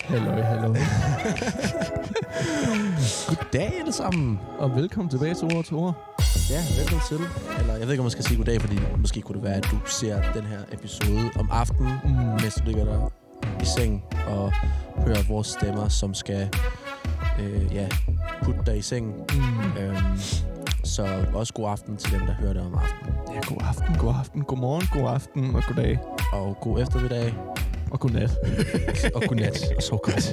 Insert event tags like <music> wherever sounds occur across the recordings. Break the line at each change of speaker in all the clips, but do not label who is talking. Halløj, halløj.
Goddag alle sammen.
Og velkommen tilbage til Ord til Ord.
Ja, velkommen til. Eller jeg ved ikke, om man skal sige goddag, fordi måske kunne det være, at du ser den her episode om aftenen,
Mm.
mm. mens du ligger der i seng og hører vores stemmer, som skal øh, ja, putte dig i seng.
Mm.
Øhm, så også god aften til dem, der hører det om aftenen.
Ja, god aften, god aften, god morgen, god aften og god dag
Og god eftermiddag
og god nat.
og god nat. og så godt.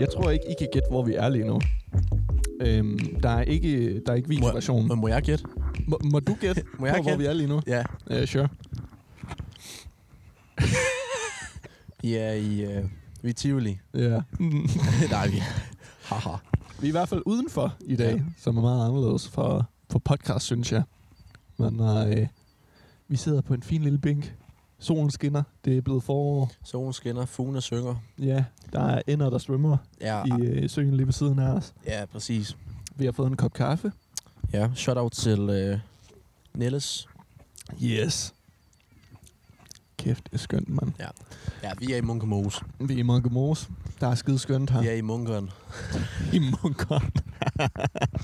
Jeg tror ikke, I kan gætte, hvor vi er lige nu. Øhm, der er ikke, der er ikke videoversion.
Må,
Må,
må jeg gætte?
må, må du gætte
Må jeg
på, hvor
gætte?
vi er lige nu?
Ja.
Ja, sure.
I er i... Øh, vi er i Tivoli.
Ja. Mm.
<laughs> Nej, vi Haha.
Vi er i hvert fald udenfor i dag,
Ja.
ja. som er meget anderledes for, for podcast, synes jeg. Men øh, vi sidder på en fin lille bænk. Solen skinner. Det er blevet forår.
Solen skinner, fuglene synger.
Ja, der er ender, der svømmer
Ja,
i øh, søen lige ved siden af os.
ja, præcis.
Vi har fået en kop kaffe.
Ja, shout-out til øh, Niels.
Yes. Kæft, det er skønt, mand.
Ja, vi er i Munkemos.
Vi er i Munke Mose. Der er skide skønt her.
Vi er i Munkeren.
I Munkeren. <laughs>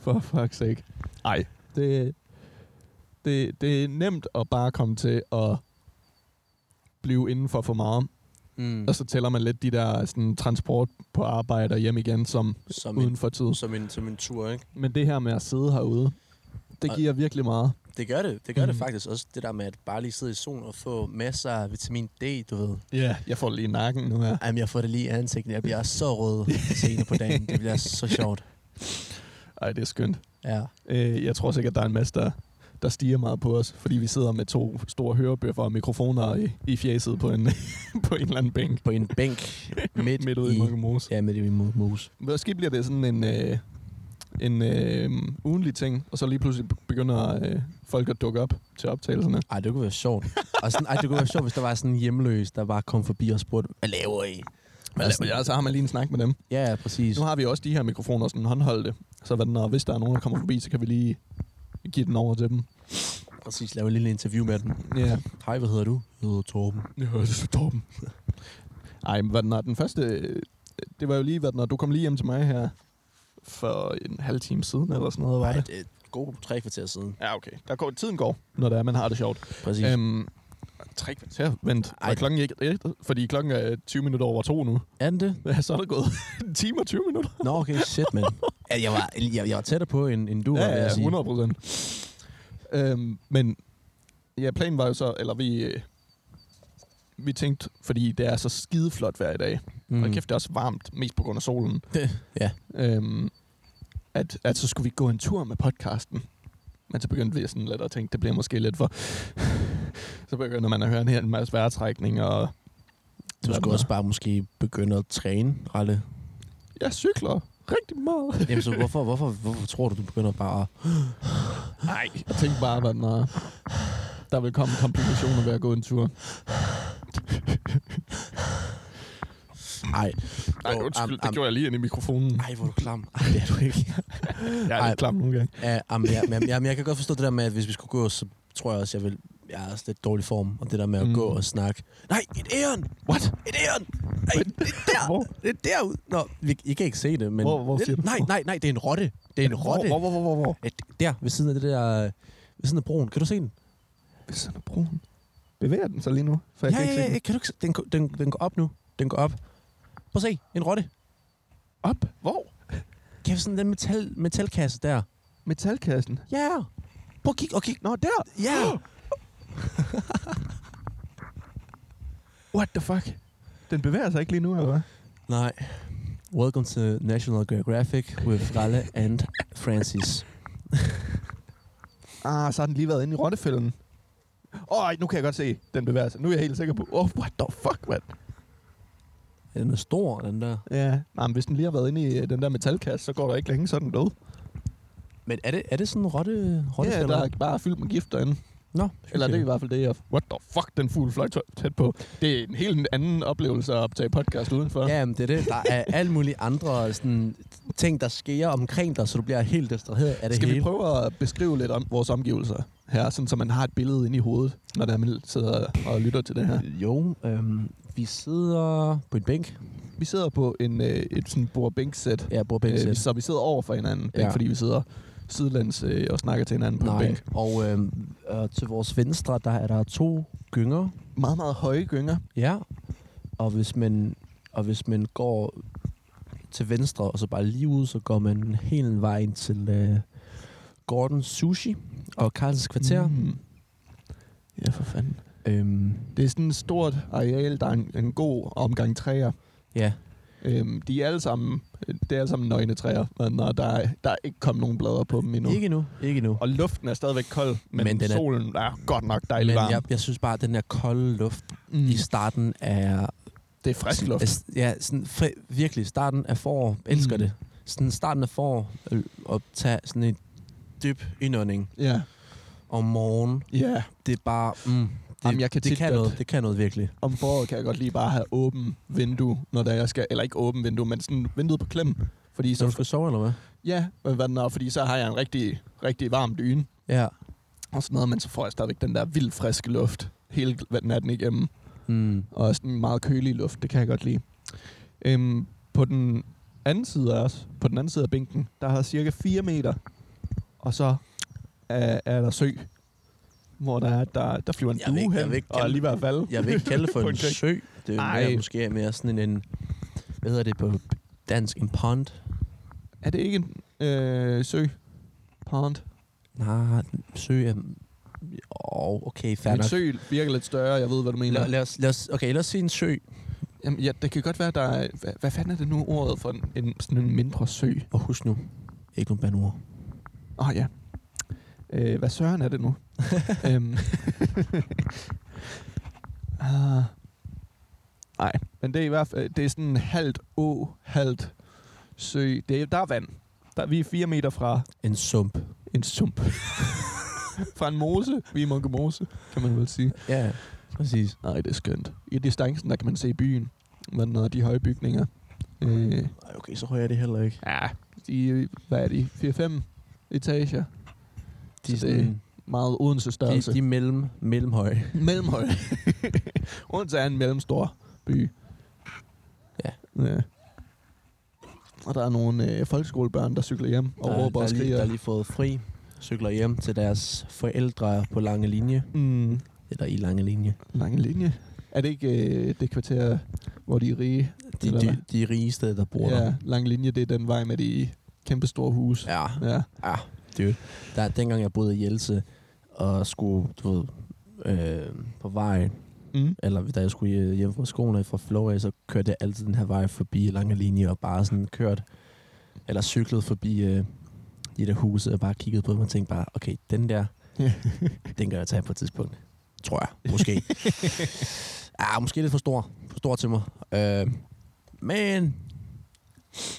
For fuck's sake. Ej, det, det, det er nemt at bare komme til at blive inden for for meget.
Mm.
Og så tæller man lidt de der sådan, transport på arbejde og hjem igen som
Som,
uden
en,
for tid.
som, en, som en tur, ikke?
Men det her med at sidde herude, det
Og-
giver virkelig meget.
Det gør det. Det gør mm. det
Mm.
faktisk også. Det der med at bare lige sidde i solen og få masser af vitamin D, du ved.
Ja, yeah. jeg får det lige i nakken nu her.
Jamen, jeg får det lige i ansigtet. Jeg bliver så rød senere på dagen. Det bliver så sjovt.
Ej, det er skønt.
Ja.
Øh, jeg tror sikkert, der er en masse, der, der stiger meget på os, fordi vi sidder med to store hørebøffer og mikrofoner i, i fjeset på en, <laughs> på en eller anden bænk
På en bænk midt,
midt ude i Munke Mose.
Ja, midt i Munkemos.
Måske bliver det sådan en, øh, en øh, ugenlig ting, og så lige pludselig begynder øh, folk at dukke op til optagelserne.
Ej, det kunne være sjovt. Og sådan, ej, det kunne være sjovt, hvis der var sådan en hjemløs, der bare kom forbi og spurgte, hvad laver I?
Men Altså, ja, så har man lige en snak med dem.
Ja, ja, præcis.
Nu har vi også de her mikrofoner sådan håndholdte, så hvad, når, hvis der er nogen, der kommer forbi, så kan vi lige give den over til dem.
Præcis, lave en lille interview med den.
Ja,
Hej, hvad hedder du? Jeg hedder Torben.
Jeg hørte så Torben. Ej, men hvad den er, den første... øh, Det var jo lige, hvad den er, du kom lige hjem til mig her for en halv time siden, eller sådan noget, var
Nej,
det?
det er gode tre kvarter siden.
Ja, okay. Der går, tiden går, når det er, man har det sjovt.
Præcis. Øhm,
Øhm, tre kvarter? Vent, Ej.
Ej.
var klokken ikke et? Fordi klokken er 20 minutter over to nu. <laughs>
er den det?
Ja, så er der gået en time og 20 minutter.
Nå, okay, shit, mand. Ja, jeg, var, jeg, jeg var tættere på, end, end du var, vil
ja,
jeg
ja,
sige.
100 procent. Øhm, men ja, planen var jo så, eller vi, øh, vi tænkte, fordi det er så skideflot vejr i dag, Mm. Og kæft, det er også varmt, mest på grund af solen.
Det- <laughs> ja.
Øhm, at, at så skulle vi gå en tur med podcasten. Men så begyndte vi sådan lidt at tænke, det bliver måske lidt for... <sighs> så begynder man at høre en hel masse vejrtrækning, og
Du skulle også bare måske begynde at træne, Ralle.
jeg cykler rigtig meget.
Jamen, så hvorfor, hvorfor, hvorfor tror du, du begynder bare at...
Nej. Jeg tænkte bare, hvad der, der vil komme komplikationer ved at gå en tur.
Ej.
Nej,
Åh,
undskyld,
am-
det
am-
gjorde jeg lige ind i mikrofonen.
Ej, hvor er du klam. Ej, det er du ikke.
Jeg er
ej.
lidt klam nogle gange.
Ja, jamen, ja, men, jamen, jeg kan godt forstå det der med, at hvis vi skulle gå, så tror jeg også, jeg vil... Jeg er også lidt dårlig form, og det der med at
Mm.
mm. gå og snakke. Nej, et æren!
What?
Et æren! Ej, det er der!
Hvor?
Det er derude! Nå, vi, I kan ikke se det, men...
Hvor- hvor siger du?
det, nej, nej, nej, det er en rotte. Det er en rotte.
Hvor, hvor, hvor, hvor, hvor?
Ja, d- Der, ved siden af det der... øh, Ved siden af broen. Kan du se den?
Ved siden af broen. Bevæger den sig lige nu? For jeg
ja,
kan ikke
ja,
se
ja,
den.
kan du ikke se? Den, går- den, den går op nu. Den går op. Prøv at se, en rotte.
Op? Hvor?
Kæft, sådan den metal, metalkasse der.
Metalkassen.
Ja. Prøv at kigge og kigge.
Nå, der!
Ja. <gasps>
What the fuck? Den bevæger sig ikke lige nu, eller hvad?
Nej. Welcome to National Geographic with Ralle and Francis.
Ah, så har den lige været inde i rottefælden. Åh, oh, nu kan jeg godt se, den bevæger sig. Nu er jeg helt sikker på. Oh, what the fuck, mand?
Den er stor, den der.
Ja, nej, men hvis den lige har været inde i øh, den der metalkasse, så går der ikke længe sådan noget.
Men er det, er det sådan en rotte, rotte
Ja, der er bare fyldt med gift derinde.
Nå,
Eller det er i
hyggeligt.
hvert fald det, jeg... What the fuck, den fugl fløj tæ- tæt på. Det er en helt anden oplevelse at optage podcast udenfor.
Ja, men det er det. Der er alle mulige andre sådan, ting, der sker omkring dig, så du bliver helt distraheret af det
Skal
hele.
vi prøve at beskrive lidt om vores omgivelser her, sådan så man har et billede inde i hovedet, når det er, man sidder og lytter til det her?
Jo, øhm, vi sidder på en bænk.
Vi sidder på en, øh, et sådan bord-bænk-sæt,
Ja, bord
øh,
bænksæt.
så vi sidder over for hinanden, ja.
Øhm. Ja.
ikke fordi vi sidder sidelands øh, og snakker til hinanden på en
Nej,
bænk.
og øhm, øh, til vores venstre, der er der to gynger.
Meget, meget høje gynger.
Ja, og hvis man, og hvis man går til venstre og så bare lige ud, så går man hele vejen til øh, Gordon Sushi og Karls Kvarter. Mm.
Mm. Ja, for fanden.
Øhm,
Det er sådan et stort areal, der er en, en god omgang træer.
ja,
Øhm, de er alle sammen, det er alle sammen nøgne træer, men og der, er, der er ikke kommet nogen blader på dem endnu.
ikke nu, ikke nu.
Og luften er stadigvæk kold, men,
Men
men
den er-
solen er... er godt nok dejlig
Men
varm.
jeg, jeg synes bare, at den her kolde luft
mm.
mm. i Altså- starten er...
Det er frisk luft.
er- Ja, sådan, fri, virkelig, starten af forår. Elsker
Mm.
mm. det. Sådan starten af forår, øh, at tage sådan en dyb indånding
Ja.
om morgenen.
ja.
Det er bare... Mm, det,
Jamen, jeg kan
det
tit
kan
godt-
noget, det kan noget virkelig.
Om foråret kan jeg godt lige bare have åben vindue, når der jeg skal... Eller ikke åben vindue, men sådan vinduet på klem. Fordi
Så du
så,
skal sove, eller hvad?
ja, hvad- hvad den er, fordi så har jeg en rigtig, rigtig varm dyne
Ja.
og sådan noget, men så får jeg stadigvæk den der vildt friske luft hele natten igennem.
Mm.
og sådan en meget kølig luft, det kan jeg godt lide. Øhm, på den anden side af os, på den anden side af bænken, der har cirka 4 meter, og så er, er der sø, hvor der, er, der, der flyver en
Jeg vil
due
ikke- jeg
hen,
vil ikke
og er
kalde-
lige ved at falde.
Jeg vil ikke kalde
<laughs>
det for
På
en
en krig.
sø. Det er jo
Nej.
mere, måske mere sådan en, en... Hvad hedder det på dansk? En pond?
Er det ikke en øh, sø? Pond.
Nej, en sø er... Åh, oh, okay, fair
En
nok.
sø virker lidt større, jeg ved, hvad du mener.
Lad, lad, os, lad os, okay, lad os sige en sø.
Jamen, ja, det kan godt være, der er, hvad, hvad fanden er det nu ordet for en, en, sådan en mindre sø?
Og husk nu, ikke nogen banord.
Åh oh, ja. Øh, hvad søren er det nu? øhm. ah. Nej, men det er i hvert fald det er sådan halvt å, halvt sø. Det er, der er vand. Der, vi er fire meter fra
En sump.
en sump. fra en mose. Vi er i Munke Mose, kan man vel sige.
Ja, præcis.
Nej, det er skønt. I distancen, der kan man se byen. Men når de høje bygninger... Øh,
Ej, okay, så hører jeg det heller ikke.
ja, de, hvad er de? 4-5 etager.
De, er
Så det-
sådan,
Meget Odense
de,
størrelse.
de er mellem, mellemhøje. <laughs>
Mellemhøj. Odense er en mellemstor by.
Ja.
ja. Og der er nogle øh, folkeskolebørn, der cykler hjem og
der,
råber
der,
og
er lige,
skriger.
der er lige fået fri, cykler hjem til deres forældre på lange linje.
mm,
Eller i lange linje.
lange linje. Er det ikke øh, det kvarter, hvor de er rige?
De,
Eller
de, de rigeste, der bor der.
ja, lange linje, det er den vej med de kæmpe store huse.
Ja,
Ja.
ja, dude. Der, dengang jeg boede i Hjelse, og skulle, du ved, øh, på vejen,
Mm.
eller da jeg skulle øh, hjem fra skolen og fra Flow af, så kørte jeg altid den her vej forbi lange linje, og bare sådan kørt, eller cyklet forbi øh, de der huse, og bare kiggede på dem og tænkte bare, okay, den der,
Ja.
den gør jeg tage på et tidspunkt. Tror jeg. <laughs> Måske. ah, måske lidt for stor. For stor til mig. Øh, men,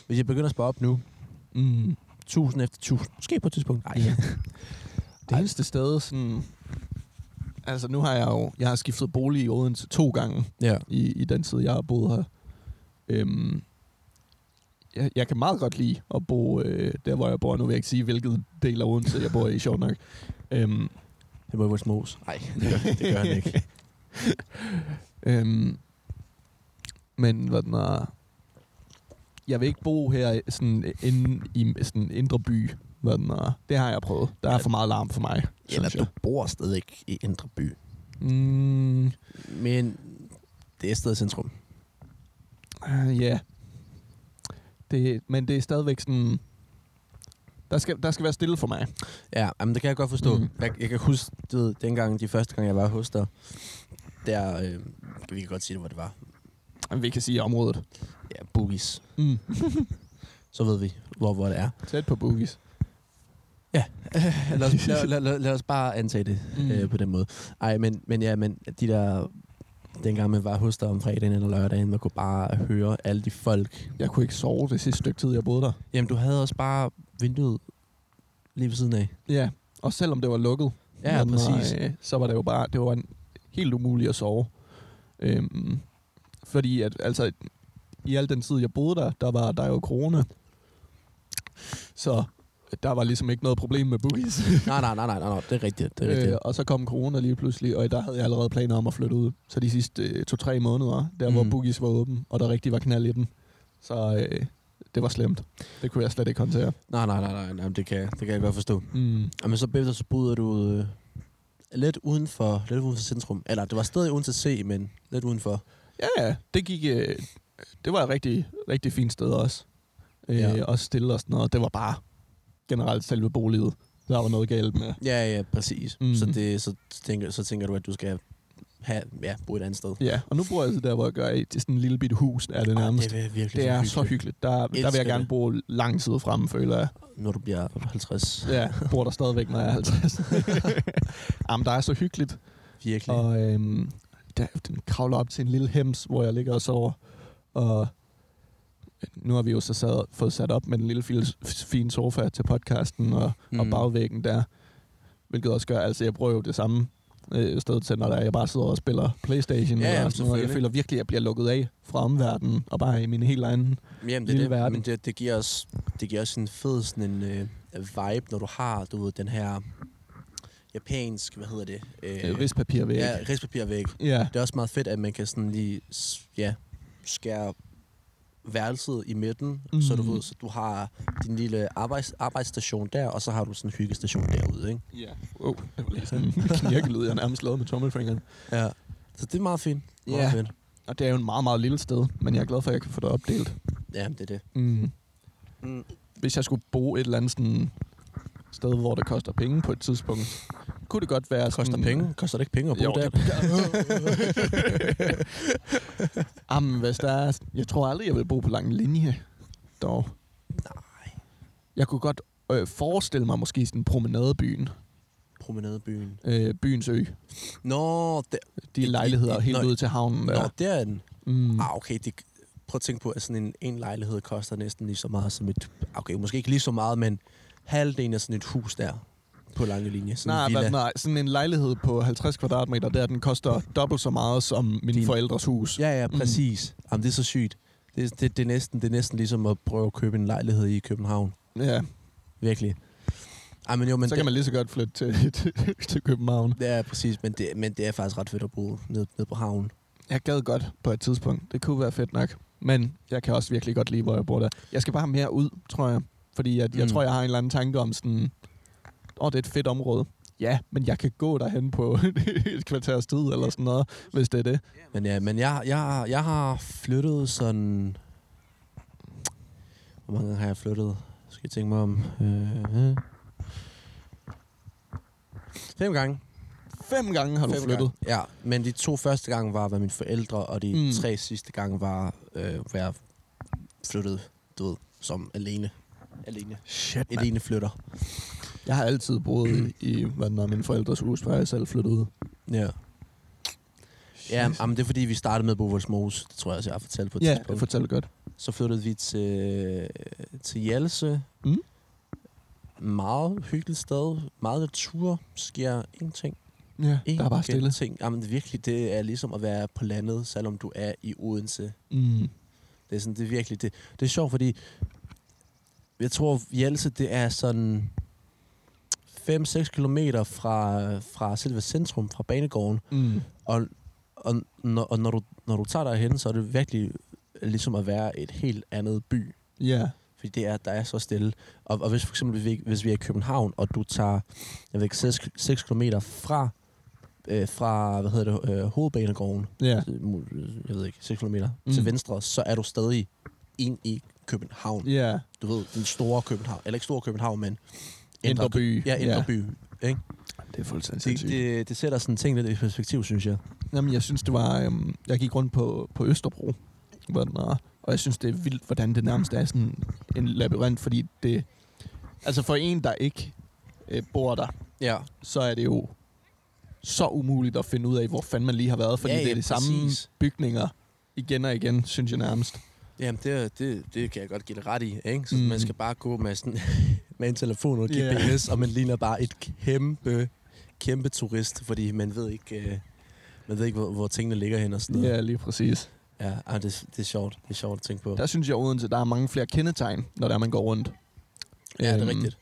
hvis jeg begynder at spare op nu,
Mm. <laughs>
tusind efter tusind. Måske på et tidspunkt. Nej.
Ja. Det
Ej.
eneste sted, sådan... Altså, nu har jeg jo... Jeg har skiftet bolig i Odense to gange.
ja.
i, i den tid, jeg har boet her. Øhm, jeg, jeg kan meget godt lide at bo øh, der, hvor jeg bor. Nu vil jeg ikke sige, hvilket del af Odense, jeg bor i, sjovt nok. Øhm,
Det må jo være smos. Nej, det gør, det gør <laughs> han ikke.
øhm, men hvad den er, jeg vil ikke bo her sådan, inde i sådan indre by. Hvad den er, det har jeg prøvet. Der er for meget larm for mig,
Eller
synes
du
jeg.
bor stadig ikke i Indre By.
Mm,
Men det er stadig centrum.
øh, ja. Det, men det er stadigvæk sådan... Der skal, der skal være stille for mig.
Ja, jamen, det kan jeg godt forstå.
Mm.
Mm. Jeg, jeg, kan huske, du ved, dengang, de første gang, jeg var hos dig, der, øh, vi kan godt sige det, hvor det var.
Vi kan sige området.
Ja, boogies.
Mm.
Så ved vi, hvor, hvor
<laughs>
det er.
Tæt på boogies.
lad, os, lad, lad, lad, lad os bare antage det
Mm.
mm. øh, på den måde. Ej, men, men ja, men de der... Dengang man var hos dig om fredagen eller lørdagen, man kunne bare høre alle de folk.
Jeg kunne ikke sove det sidste stykke tid, jeg boede der.
Jamen, du havde også bare vinduet lige ved siden af.
Ja, og selvom det var lukket.
Ja,
Men,
præcis.
Øh, så var det jo bare, det var en, helt umuligt at sove. Øhm, fordi at, altså, i al den tid, jeg boede der, der var der jo corona. Så der var ligesom ikke noget problem med <laughs> bookies.
Nej, nej, nej, nej, nej, nej, det er rigtigt, det er rigtigt.
Øh, og så kom corona lige pludselig, og der havde jeg allerede planer om at flytte ud. Så de sidste øh, to-tre måneder, der mm. hvor
Mm.
bookies var åben, og der rigtig var knald i den. Så øh, det var slemt. Det kunne jeg slet ikke håndtere.
Nej, nej, nej, nej, nej, men det kan, jeg- det kan jeg godt forstå.
Mm.
Jamen, så bagefter så boede du øh, lidt uden for, lidt uden for centrum. Eller det var stadig uden til C, men lidt udenfor.
Ja, ja, det gik... Øh, det var et rigtig, rigtig fint sted også. Øh,
Ja.
ja. Også stille og sådan noget. Det var bare generelt selve boliget. Der var noget galt med.
Ja, ja, præcis. Mm.
Mm.
Så, det, så, tænker, så tænker du, at du skal have, ja, bo et andet sted.
Ja, og nu bor jeg så der, hvor jeg gør i det er sådan en lille bitte hus, er det
Åh,
nærmest.
det er virkelig
Det er så hyggeligt. Der, der vil
Elsker
jeg gerne
det.
bo lang tid fremme, føler jeg.
Når du bliver 50.
Ja, <laughs> bor der stadigvæk, når jeg er 50. <laughs> Jamen, der er så hyggeligt.
Virkelig. Og...
Og øhm, der, den kravler op til en lille hems, hvor jeg ligger og sover. Og øh, nu har vi jo så sad, fået sat op med den lille fil, fine sofa til podcasten og, mm. og
Mm.
bagvæggen der. Hvilket også gør, altså jeg bruger jo det samme øh, sted til, når der er, jeg bare sidder og spiller Playstation.
Ja, ja,
eller sådan noget. Jeg
selvfølgelig.
føler virkelig, at jeg bliver lukket af fra omverdenen og bare i min helt egen...
Jamen, det, er
lille
det,
verden.
men det, det, giver os, det giver os en fed sådan en øh, vibe, når du har du ved, den her japansk, hvad hedder det?
Øh, Rispapirvæg.
Ja, rispapirvæg.
ja.
Det er også meget fedt, at man kan sådan lige s- ja, skære værelset i midten, mm. så, du
Mhm.
ved, så du har din lille arbejds, arbejdsstation der, og så har du sådan en hyggestation derude, ikke?
Ja. Wow, det var lige <laughs> sådan en knirkelyd, jeg nærmest lavede med tommelfingeren.
Ja. Så det er meget fint. Meget
Ja.
fedt.
Og det er jo en meget, meget lille sted, men jeg er glad for, at jeg kan få det opdelt.
Ja, det er det.
Mm.
Mm.
Hvis jeg skulle bo et eller andet sådan sted, hvor det koster penge på et tidspunkt, kunne det godt være...
Det koster
sådan,
penge. Koster det ikke penge at bo
Mm. Jo,
der?
det Jamen, hvis der er... Jeg tror aldrig, jeg vil bo på lang linje, dog.
Nej.
Jeg kunne godt øh, forestille mig måske sådan promenadebyen,
<laughs> Promenadebyen.
øh, byens ø.
Nå, der,
De lejligheder
Nå,
helt
nå,
ude til havnen
ja.
der.
nå, der er den.
Mm.
Ah, okay, det, prøv at tænke på, at sådan en, en lejlighed koster næsten lige så meget som et... Okay, måske ikke lige så meget, men halvdelen af sådan et hus der på lange linje. Sådan
Nej,
en
hvad, altså,
villa.
nej, sådan en lejlighed på 50 kvadratmeter, der den koster dobbelt så meget som mine
Din-
Din. forældres hus.
Ja, ja, præcis. Mm. Jamen, det er så sygt. Det, det, det, er næsten, det er næsten ligesom at prøve at købe en lejlighed i København.
ja.
Virkelig. Ej, men jo, men
Men så
det,
kan man lige så godt flytte til, <laughs> til, til København.
Ja, præcis, men det, men det er faktisk ret fedt at bruge ned, ned på havnen.
Jeg gad godt på et tidspunkt. Det kunne være fedt nok. Men jeg kan også virkelig godt lide, hvor jeg bor der. Jeg skal bare mere ud, tror jeg. Fordi at, mm. jeg
Mm.
tror, jeg har en eller anden tanke om sådan... Åh, oh, det er et fedt område. Ja, men jeg kan gå derhen på <laughs> et kvarters tid eller sådan noget, hvis det er det.
Men ja, men jeg, jeg, jeg har flyttet sådan... Hvor mange gange har jeg flyttet? Skal jeg tænke mig om? Øh, øh. Fem gange.
Fem gange har du
Fem
flyttet.
Gange. Ja, men de to første gange var, hvad mine forældre, og de mm.
Mm.
tre sidste gange var, øh, hvor jeg flyttede, du ved, som alene. Alene.
Shit, man.
Alene flytter.
Jeg har altid boet i, hvad den er, mine forældres hus, før jeg selv flyttede ud.
Ja. Ja, jamen, det er fordi, vi startede med at bo i Vollsmose. Det tror jeg også, jeg har fortalt på et
Ja, det
tidspunkt.
fortæller godt.
Så flyttede vi til, til Hjelse.
Mm.
Meget hyggeligt sted. Meget natur. Sker ingenting.
Ja, der er bare stille.
Ingenting. Jamen virkelig, det er ligesom at være på landet, selvom du er i Odense.
Mm.
Det er sådan, det er virkelig, det, det er sjovt, fordi jeg tror, Hjelse, det er sådan 5-6 kilometer fra, fra selve centrum, fra banegården.
Mm.
Og, og, når, og når, du, når du tager derhen, så er det virkelig ligesom at være et helt andet by.
Ja.
Fordi det er, der er så stille. Og, og hvis for eksempel, vi, hvis vi er i København, og du tager, jeg ved ikke, 6, 6 km fra, øh, fra, hvad hedder det, øh, hovedbanegården,
Ja.
Øh, jeg ved ikke, 6 km mm.
Mm.
til venstre, så er du stadig ind i København.
Ja.
Du ved, den store København. Eller ikke store København, men...
Indre by.
Ja, indre ja. by. Ikke?
Det er fuldstændig
Det, det, det, sætter sådan ting lidt i perspektiv, synes jeg.
Jamen, jeg synes, det var... Øhm, jeg gik rundt på, på Østerbro, hvor den er, og jeg synes, det er vildt, hvordan det nærmest er sådan en labyrint, fordi det... Altså, for en, der ikke øh, bor der,
Ja.
så er det jo så umuligt at finde ud af, hvor fanden man lige har været, fordi
Ja,
ja,
ja,
det er de samme
præcis.
bygninger igen og igen, synes jeg nærmest.
Jamen, det, det, det kan jeg godt give det ret i, ikke? Så mm.
Mm.
man skal bare gå <laughs> med, sådan, med en telefon og
Ja.
GPS, yeah. og man ligner bare et kæmpe kæmpe turist, fordi man ved ikke, øh, man ved ikke hvor, hvor tingene ligger hen og sådan noget.
Ja, lige præcis.
Ja, ah, det, det, er sjovt. Det er sjovt at tænke på.
Der synes jeg, at Odense, der er mange flere kendetegn, når der man går rundt.
ja, det er
Øhm,
rigtigt.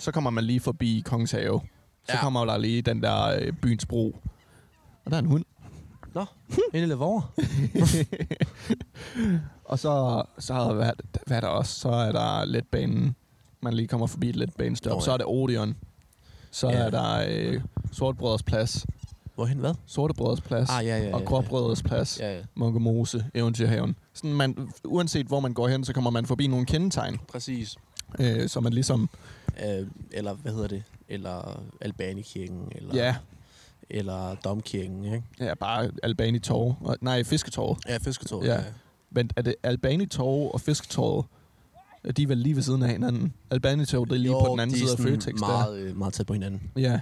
Så kommer man lige forbi Kongens Have. Så
Ja.
ja. kommer der lige den der øh, byens bro. Og der er en hund.
Inde i Lavore. <laughs>
og så, så har hvad, hvad er der også? Så er der letbanen. Man lige kommer forbi et letbanestop.
Nå,
Oh, ja.
ja.
Så er det Odeon. Så
Ja.
ja. er der øh, Sortbrødres Plads,
Hvorhen hvad?
Sortebrødres Plads
Ah, ja, ja, ja.
og Gråbrødres Plads, ja.
Ja, ja.
Munkemose, Eventyrhaven. Sådan man, uanset hvor man går hen, så kommer man forbi nogle kendetegn,
Præcis.
øh, så man ligesom,
Øh, eller hvad hedder det? Eller Albanikirken, eller,
ja,
eller Domkirken, ikke?
ja bare Albani Torv, og- nej, Fisketorv.
Ja, Fisketorvet.
Ja. Men er det Albani Torv og Fisketorvet, de er vel lige ved siden af hinanden? Albani Torv, det er lige
jo,
på den anden
de er
side af
sådan
Føtex. der.
Meget, øh, meget tæt på hinanden.
<laughs> Ja. ja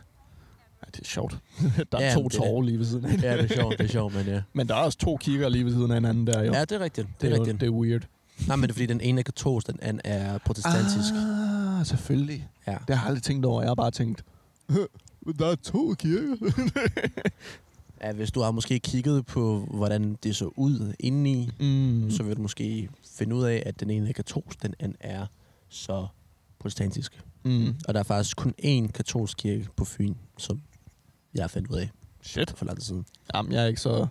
det er sjovt. <laughs> der er
Ja,
ja, to
men det er
tårer lige ved siden af
ja, det er sjovt, det er sjovt, men ja.
Men der er også to kigger lige ved siden af hinanden der, jo.
Ja, det er rigtigt. Det,
det,
er
er jo,
rigtigt.
det er weird.
Nej, men det er fordi, den ene er katolsk, den anden er protestantisk. Ah.
Ah, selvfølgelig.
Ja.
Det har jeg aldrig tænkt over. Jeg har bare tænkt, der er to kirker.
<laughs> ja. hvis du har måske kigget på, hvordan det så ud indeni,
mm.
så vil du måske finde ud af, at den ene er katolsk, den anden er så protestantisk.
Mm.
Og der er faktisk kun én katolsk kirke på Fyn, som jeg fandt ud af
Shit.
for lang tid siden.
Jamen, jeg er ikke så...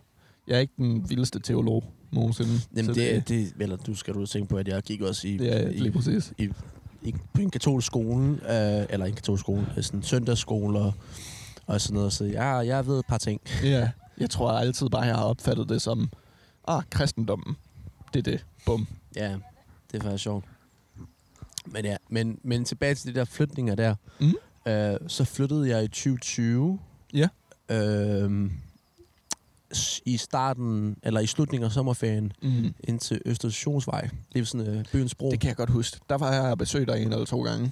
Jeg er ikke den vildeste teolog nogensinde.
Jamen,
Så
det, det, eller du skal du tænke på, at jeg gik også i,
det er
i
lige præcis.
i, i, på en katolsk skole, øh, eller en katolsk skole, øh, sådan en søndagsskole og, og sådan noget. Så jeg, jeg ved et par ting.
Ja. Jeg tror altid bare, jeg har opfattet det som, ah, kristendommen. Det er det. Bum.
Ja, det er faktisk sjovt. Men ja, men, men tilbage til de der flytninger der.
Mm.
Øh, så flyttede jeg i 2020.
Ja.
Øh, i starten, eller i slutningen af sommerferien,
Mm.
ind til Østersjonsvej. Det er sådan øh, byens bro.
Det kan jeg godt huske. Der var jeg og besøgte dig en eller to gange.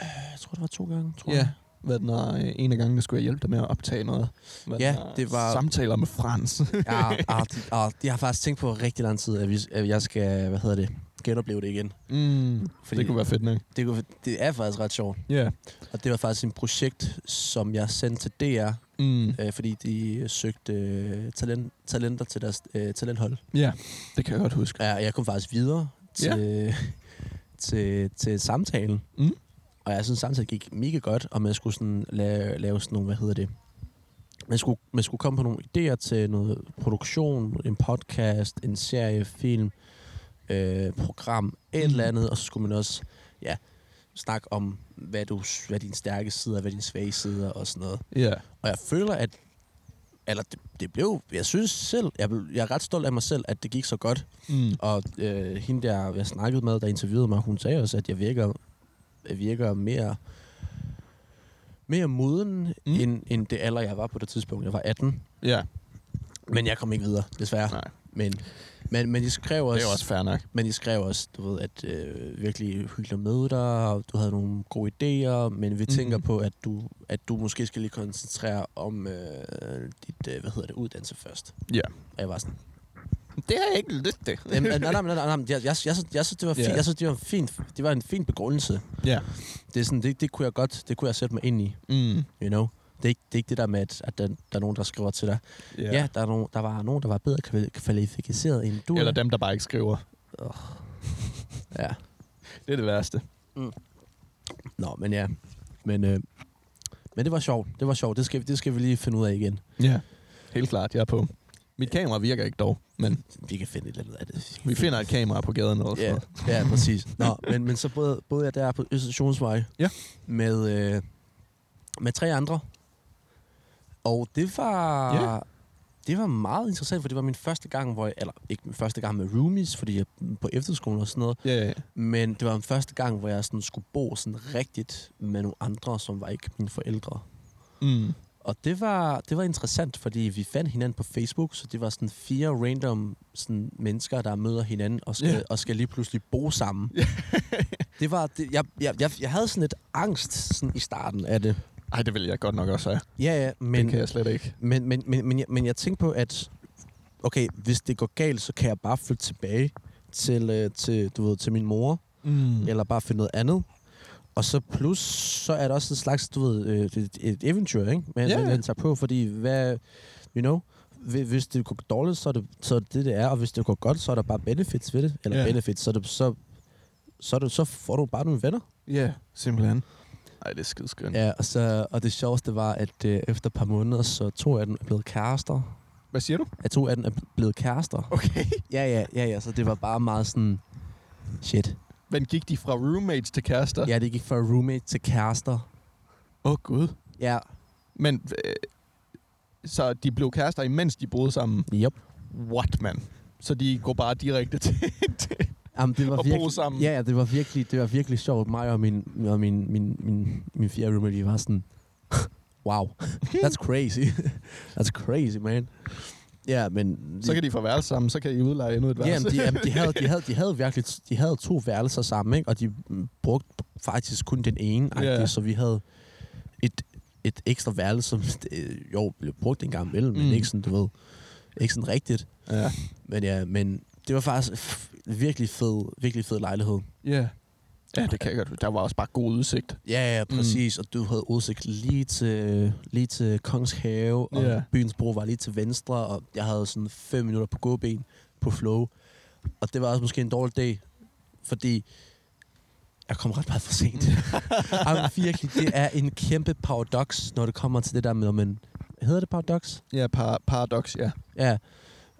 jeg tror, det var to gange, tror
Ja,
jeg.
hvad den er, øh, en af gangene skulle jeg hjælpe dig med at optage noget. Hvad
Ja,
den er,
det var-
Samtaler med Frans.
<laughs>
<laughs>
Ja, ah, de, ah, de har faktisk tænkt på rigtig lang tid, at, vi, at jeg skal, hvad hedder det, genopleve det igen.
mm,
Fordi-
Fordi... Det kunne være fedt nok.
Det, kunne, det er faktisk ret sjovt.
Ja.
Og det var faktisk en projekt, som jeg sendte til DR,
Mm.
øh, fordi de søgte øh, talent, talenter til deres øh, talenthold.
ja, det kan jeg godt huske.
Ja, og jeg kom faktisk videre til, <laughs> ja. til, til samtalen.
Mm.
Og jeg synes, samtalen gik mega godt, og man skulle sådan lave, lave sådan nogle, hvad hedder det, man skulle, man skulle komme på nogle idéer til noget produktion, en podcast, en serie, film, øh, program, et
Mm.
eller andet, og så skulle man også ja, snakke om, hvad, du, hvad din stærke side er, hvad din svage side er, og sådan noget.
Ja.
Og jeg føler, at... Eller det, det blev... Jeg synes selv... Jeg, blev, jeg er ret stolt af mig selv, at det gik så godt.
Mm.
Og øh, hende der, jeg snakkede med, der interviewede mig, hun sagde også, at jeg virker, jeg virker mere mere moden, mm.
Mm.
end, end det alder, jeg var på det tidspunkt. Jeg var 18,
Ja,
men jeg kom ikke videre, desværre.
Nej.
Men, men, men de skrev
det
også,
er jo også fair nok.
men de skrev også, du ved, at øh, virkelig hyggeligt at møde dig, og du havde nogle gode idéer, men vi mm.
Mhm.
tænker på, at du, at du måske skal lige koncentrere om øh, dit, øh, hvad hedder det, uddannelse først.
Ja.
Og jeg var sådan,
Det har jeg ikke lyst til. <laughs>
jamen, nej, nej, nej, nej, nej, nej, jeg, jeg, jeg, synes- jeg, synes, det var fint,
Ja.
jeg synes, det var en fin, det var en fin begrundelse.
Ja.
Det, er sådan, det, det kunne jeg godt, det kunne jeg sætte mig ind i,
Mm.
you know. Det er, ikke, det er ikke det der med, at, at der, der er nogen, der skriver til dig. Ja, ja der, er nogen, der var nogen, der var bedre kvali- kvalificeret end du.
Eller
er."
dem, der bare ikke skriver.
Ja.
Det er det værste.
Nå, men ja. Men, øh, men det var sjovt. Det var sjovt. Det skal, det skal vi lige finde ud af igen.
Ja. Helt klart, jeg er på. Mit kamera virker ikke dog, men
Vi kan finde et eller andet af det.
vi finder et kamera på gaden eller sådan
Ja,
noget.
ja, præcis. Nå, men, men så boede, boede jeg der på Østationsvej
Ja.
med, øh, med tre andre. Og det var...
Ja.
Det var meget interessant, for det var min første gang, hvor jeg, eller ikke min første gang med roomies, fordi jeg på efterskolen og sådan noget,
Ja, ja.
men det var min første gang, hvor jeg sådan skulle bo sådan rigtigt med nogle andre, som var ikke mine forældre.
Mm.
Og det var, det var interessant, fordi vi fandt hinanden på Facebook, så det var sådan fire random sådan, mennesker, der møder hinanden og skal,
Ja.
yeah. og skal lige pludselig bo sammen. <laughs> det var, det, jeg, jeg, jeg, jeg havde sådan lidt angst sådan i starten af det.
Ej, det vil jeg godt nok også have.
Ja, ja,
Men...
men,
Det kan jeg slet ikke.
men, men, men, men, jeg, men jeg tænkte på, at okay, hvis det går galt, så kan jeg bare flytte tilbage til, øh, til, du ved, til min mor,
Mm.
eller bare finde noget andet. Og så plus, så er der også en slags, du ved, øh, et, et eventyr, ikke? Men
Ja,
yeah.
ja.
han tager på, fordi hvad, you know, hvi- hvis det går dårligt, så er det, så er det det, det er, og hvis det går godt, så er der bare benefits ved det. Eller
Ja.
yeah. benefits, så, er det, så, så, er det, så får du bare nogle venner.
Ja, simpelthen. Ej, det er skideskønt.
Ja, og, så, og det sjoveste var, at øh, efter et par måneder, så to af dem er blevet kærester.
Hvad siger du?
At to af dem er blevet kærester.
Okay.
Ja, ja, ja, ja, så det var bare meget sådan, shit.
<laughs> Men gik de fra roommates til kærester?
Ja, det gik fra roommate til kærester.
Åh, oh, gud.
Ja,
Men, øh, så de blev kærester, imens de boede sammen?
yep.
What, man? Så de går bare direkte til...
<laughs>
til-
Jamen, det var
Og bo
virkelig,
sammen.
Ja, ja, det var virkelig, det var virkelig sjovt. Mig og min, og min, min, min, min fjerde roommate, vi var sådan, <laughs> wow, that's crazy. <laughs> that's crazy, man. Ja, men...
så kan de få værelse sammen, så kan I udleje endnu et værelse. <laughs>
Ja, men de, jamen, de, havde, de, havde, de havde virkelig de havde to værelser sammen, ikke? og de mm, brugte faktisk kun den ene,
Ja.
yeah. så vi havde et, et ekstra værelse, som øh, jo blev brugt en gang imellem, mm. men
Mm.
ikke sådan, du ved, ikke sådan rigtigt.
ja.
Men ja, men det var faktisk f- virkelig fed, virkelig fed lejlighed.
Ja. Ja, det kan jeg godt. Der var også bare god udsigt.
Ja, ja, præcis. Mm. Og du havde udsigt lige til, lige til Kongens Have, og
Ja.
yeah. byens bro var lige til venstre, og jeg havde sådan fem minutter på gåben på flow. Og det var også måske en dårlig dag, fordi jeg kom ret meget for sent.
<laughs>
Jamen, virkelig, det er en kæmpe paradoks, når det kommer til det der med, når man... Hedder det paradoks?
Ja, par- paradox, ja.
Ja.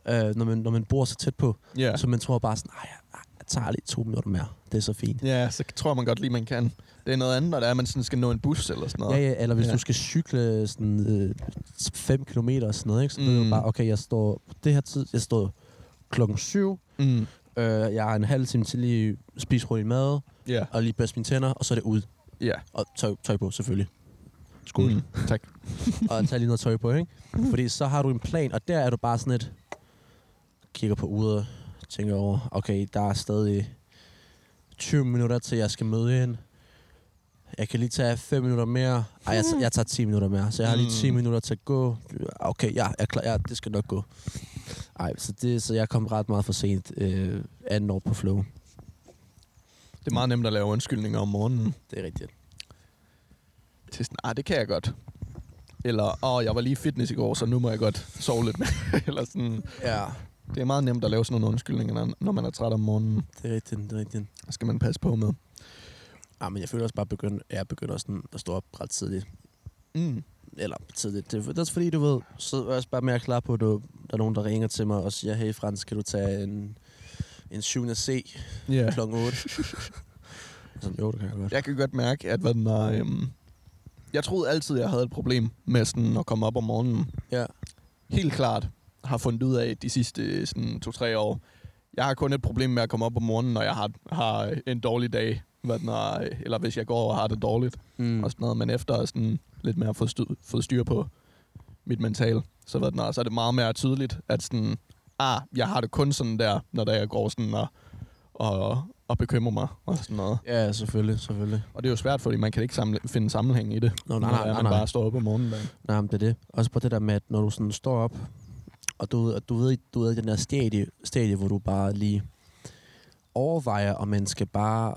Øh, når, man, når man bor så tæt på,
Ja.
så man tror bare sådan, nej, jeg, jeg tager lige to minutter mere. Det er så fint.
Ja, så tror man godt lige, man kan. Det er noget andet, når det er, at man sådan skal nå en bus eller sådan noget.
Ja, ja, eller hvis
Ja.
ja. du skal cykle sådan øh, 5 km og sådan noget, ikke? så mm. er
Mm.
det bare, okay, jeg står på det her tid, jeg står klokken 7,
Mm.
øh, jeg har en halv time til lige at spise hurtigt mad,
Ja.
og lige børste mine tænder, og så er det ud.
Ja.
Og tøj, tøj på, selvfølgelig. Skål. Mm.
Tak.
og tage lige noget tøj på, ikke? Fordi så har du en plan, og der er du bare sådan et... Kigger på uret, tænker over, okay, der er stadig 20 minutter til, jeg skal møde hende. Jeg kan lige tage 5 minutter mere. Ej, jeg, jeg tager 10 minutter mere, så jeg har lige 10
Mm.
minutter til at gå. Okay, ja, jeg er klar, ja, det skal nok gå. Ej, så, det, så jeg kom ret meget for sent øh, anden år på flow.
Det er meget nemt at lave undskyldninger om morgenen.
Det er rigtigt.
Til sådan, ah, det kan jeg godt. Eller, åh, oh, jeg var lige i fitness i går, så nu må jeg godt sove lidt <laughs> mere. eller sådan.
Ja,
Det er meget nemt at lave sådan nogle undskyldninger, når- når man er træt om morgenen.
det er rigtigt, det er rigtigt.
Det skal man passe på med.
Ja, men jeg føler også bare, begynd, jeg begynder sådan at stå op ret tidligt.
Mm.
eller tidligt. Det, det er også fordi, du ved, så er jeg også bare mere klar på, at du, der er nogen, der ringer til mig og siger, hey Frans, kan du tage en, en 7. C
Yeah.
kl. 8? <laughs> sådan, jo, det kan jeg godt.
Jeg kan godt mærke, at hvad den er, øhm, jeg troede altid, jeg havde et problem med sådan at komme op om morgenen.
Ja.
Helt klart har fundet ud af de sidste øh, sådan, to-tre år. Jeg har kun et problem med at komme op om morgenen, når jeg har, har en dårlig dag. Hvad den er, øh, eller hvis jeg går og har det dårligt. Mm.
Mm.
Og sådan noget. Men efter at sådan lidt mere fået, styr, fået styr på mit mental, så, hvad den er, så er det meget mere tydeligt, at sådan, ah, jeg har det kun sådan der, når der jeg går sådan og, og, og bekymrer mig og sådan noget.
Ja, selvfølgelig, selvfølgelig.
Og det er jo svært, fordi man kan ikke samle, finde sammenhæng i det.
Nå, nej,
når
nej,
det er,
nej,
man
nej.
bare står op om morgenen. Der.
Nej, men det er det. Også på det der med, at når du sådan står op, og du, og du ved, du ved i den der stadie, stadie, hvor du bare lige overvejer, om man skal bare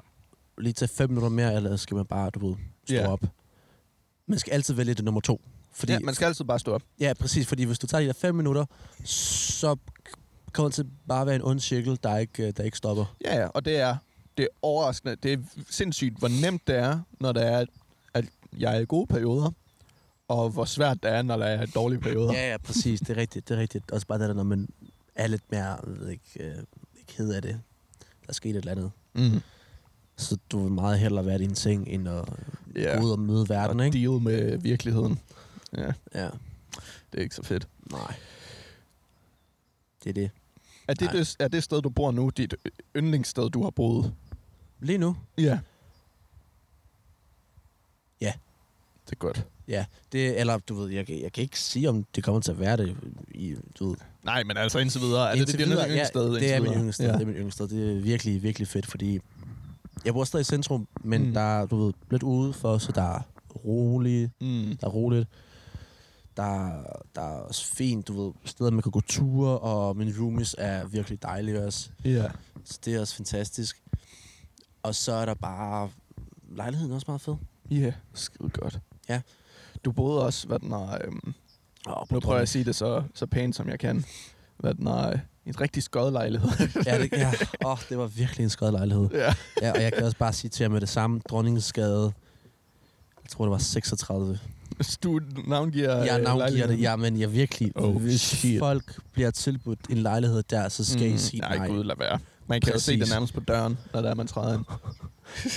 lige tage fem minutter mere, eller skal man bare, du ved, stå
Ja.
yeah. op. Man skal altid vælge det nummer to. Fordi,
Ja, man skal altid bare stå op.
Ja, præcis, fordi hvis du tager de der fem minutter, så kommer det til bare at være en ond cirkel, der ikke, øh, der ikke stopper.
Ja, ja, og det er, det er overraskende. Det er sindssygt, hvor nemt det er, når det er, at jeg er i gode perioder, og hvor svært det er, når der er dårlige perioder.
Ja, ja, præcis, det er rigtigt, det er rigtigt. Også bare det der, når man er lidt mere, jeg ved ikke, øh, ked af det. Der er sket et eller andet.
Mm.
Så du vil meget hellere være i din seng, end at
Ja,
gå ud og møde verden,
og
ikke?
deal med virkeligheden. Ja,
Ja,
det er ikke så fedt.
nej. Det er det.
Er det,
Nej.
det, er det sted, du bor nu, dit yndlingssted, du har boet?
Lige nu,
Ja.
Ja.
Det er godt.
ja. Det, eller du ved, jeg, kan- jeg kan ikke sige, om det kommer til at være det i, du ved,
Nej, men altså indtil videre. Er det, det, det, det, yndlingssted?
det er
indtil
mit
videre?
yndlingssted. Ja. Det er mit yndlingssted. Det er virkelig, virkelig fedt, fordi jeg bor stadig i centrum, men
Mm.
mm. der er, du ved, lidt ude for, så der er roligt,
Mm.
der er roligt. Der, er- der er også fint, du ved, steder, man kan gå ture, og min roomies er virkelig dejlige også.
Ja.
Så det er også fantastisk. Og så er der bare lejligheden er også meget fed.
Ja, yeah, skide godt.
Ja.
Du boede også, hvad den er, øhm,
Oh,
nu prøver jeg at sige det så, så pænt, som jeg kan. Hvad den er, øh, en rigtig skød lejlighed.
Ja, det, ja. Oh, det var virkelig en skød lejlighed.
ja.
<laughs> Ja, og jeg kan også bare sige til jer med det samme, dronningsskade, jeg tror, det var 36.
Du navngiver øh,
Jeg navngiver
lejligheden.
det, ja, men jeg virkelig,
Oh,
oh, hvis
shit.
folk bliver tilbudt en lejlighed der, så skal mm, I sige nej.
nej. gud, lad være. Man kan jo se
Præcis.
det nærmest på døren, når der er, man træder ind.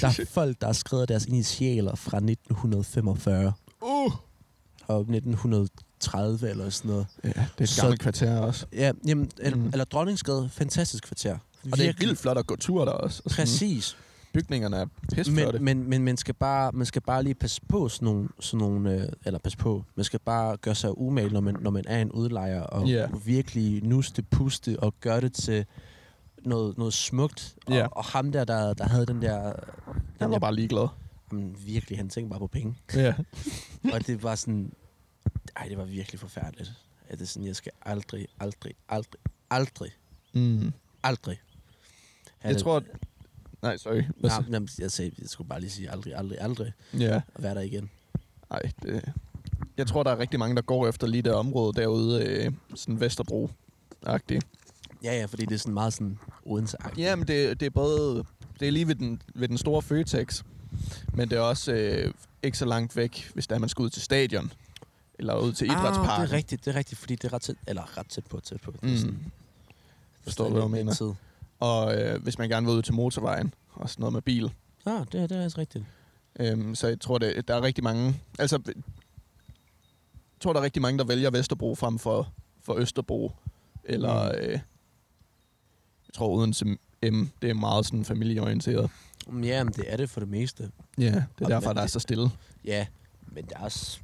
Der er folk, der har skrevet deres initialer fra 1945
Uh!
og 1930 eller sådan noget.
Ja, det er et
Så-
gammelt kvarter også.
Ja, jamen, eller,
Mm.
mm. eller Dronningsgade, fantastisk kvarter.
Og det er vildt flot at gå tur der også. Og sådan,
Præcis.
Bygningerne er pisseflotte.
Men, men, men man, skal bare, man skal bare lige passe på sådan nogle, sådan nogle øh, eller passe på, man skal bare gøre sig umage, når man, når man er en udlejer, og
Ja.
yeah. virkelig nuste, puste og gøre det til noget, noget smukt. Og,
Ja.
yeah. og ham der, der, der havde den der...
han
Den
var
der
bare ligeglad.
jamen, virkelig, han tænkte bare på penge.
Ja.
og det var sådan... Ej, det var virkelig forfærdeligt. At det er sådan, jeg skal aldrig, aldrig, aldrig, aldrig,
Mm.
aldrig... have
Jeg
det-
tror... at- Nej, sorry. Hvad
Nej,
så?
nej, jeg, sagde, jeg skulle bare lige sige aldrig, aldrig, aldrig
Ja.
at være der igen.
Nej, det... Jeg tror, der er rigtig mange, der går efter lige det område derude, øh, sådan Vesterbro-agtigt.
Ja, ja, fordi det er sådan meget sådan odense ja.
Jamen, det, det er både... Det er lige ved den, ved den store Føtex, men det er også øh, ikke så langt væk, hvis der man skal ud til stadion, eller ud til idrætsparken.
Ah, det er rigtigt, det er rigtigt, fordi det er ret tæt, eller ret tæt på, tæt på. Det er sådan,
Mm. Forstår du, hvad jeg
lidt- lidt
mener?
tid.
Og øh, hvis man gerne vil ud til motorvejen, og sådan noget med bil,
Ja, ah, det, er- det er altså rigtigt.
Øhm, så jeg tror, det, der er rigtig mange... Altså, jeg tror, der er rigtig mange, der vælger Vesterbro frem for, for Østerbro. Eller...
Mm.
Øh, jeg tror, Odense M, det er meget sådan familieorienteret.
Mm, Ja, men det er det for det meste.
Ja, det er
Og
derfor,
men
der er
det-
så stille.
Ja, men der er også...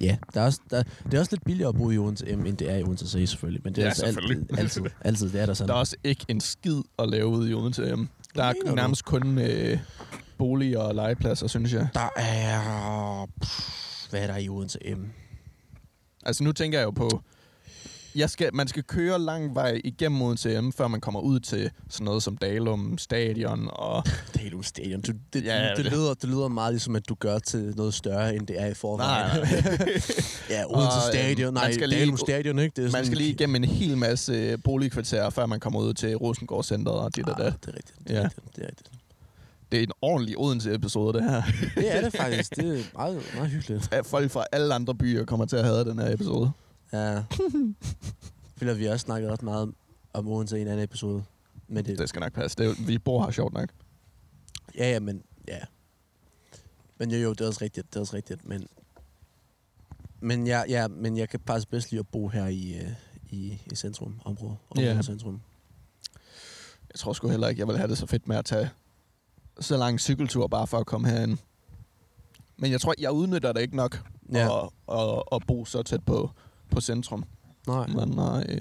Ja, der er også, der, det er også lidt billigere at bo i Odense M, end det er i Odense C selvfølgelig. Men det er
Ja,
altså alt-
selvfølgelig.
<laughs> altid, altid, det er der sådan.
Der er også ikke en skid at lave ude i Odense M. Der
mener
er
du?
nærmest kun øh, boliger og legepladser, synes jeg.
der er... Pff, hvad er der i Odense M?
Altså, nu tænker jeg jo på... Jeg skal, man skal køre lang vej igennem Odense M, før man kommer ud til sådan noget som Dalum Stadion og...
Det er hele stadion. Du, det,
Ja,
ja,
ja,
det, det,
det-
lyder, det lyder meget ligesom, at du gør til noget større, end det er i forvejen. <laughs>
Nej, nej.
ja, Odense
Og, øhm,
Stadion.
man
Nej,
skal
skal
lige-
Dalum Stadion, ikke? Det er
<laughs> Man
sådan-
skal lige igennem en hel masse øh, boligkvarterer, før man kommer ud til Rosengård Centeret og det der.
Ah,
der.
det er rigtigt. Det er,
Ja.
rigtigt, det er rigtigt.
Det er en ordentlig Odense-episode, det her.
Det er det faktisk. Det er meget, meget hyggeligt.
At Folk fra alle andre byer kommer til at have den her episode.
Ja. Føler vi også snakket ret meget om Odense i en anden episode. Men det,
Det skal nok passe. Det er, vi bor her sjovt nok.
ja, ja, men ja. Men jo, jo, det er også rigtigt. Det er også rigtigt, men... Men, ja, ja, men jeg kan faktisk bedst lide at bo her i, øh, i, i centrum, området. Området
Ja.
centrum.
Jeg tror sgu heller ikke, jeg vil have det så fedt med at tage så lang en cykeltur bare for at komme herind. Men jeg tror, jeg udnytter det ikke nok
Ja.
at, at, at bo så tæt på, på centrum.
Nej.
Men, nej.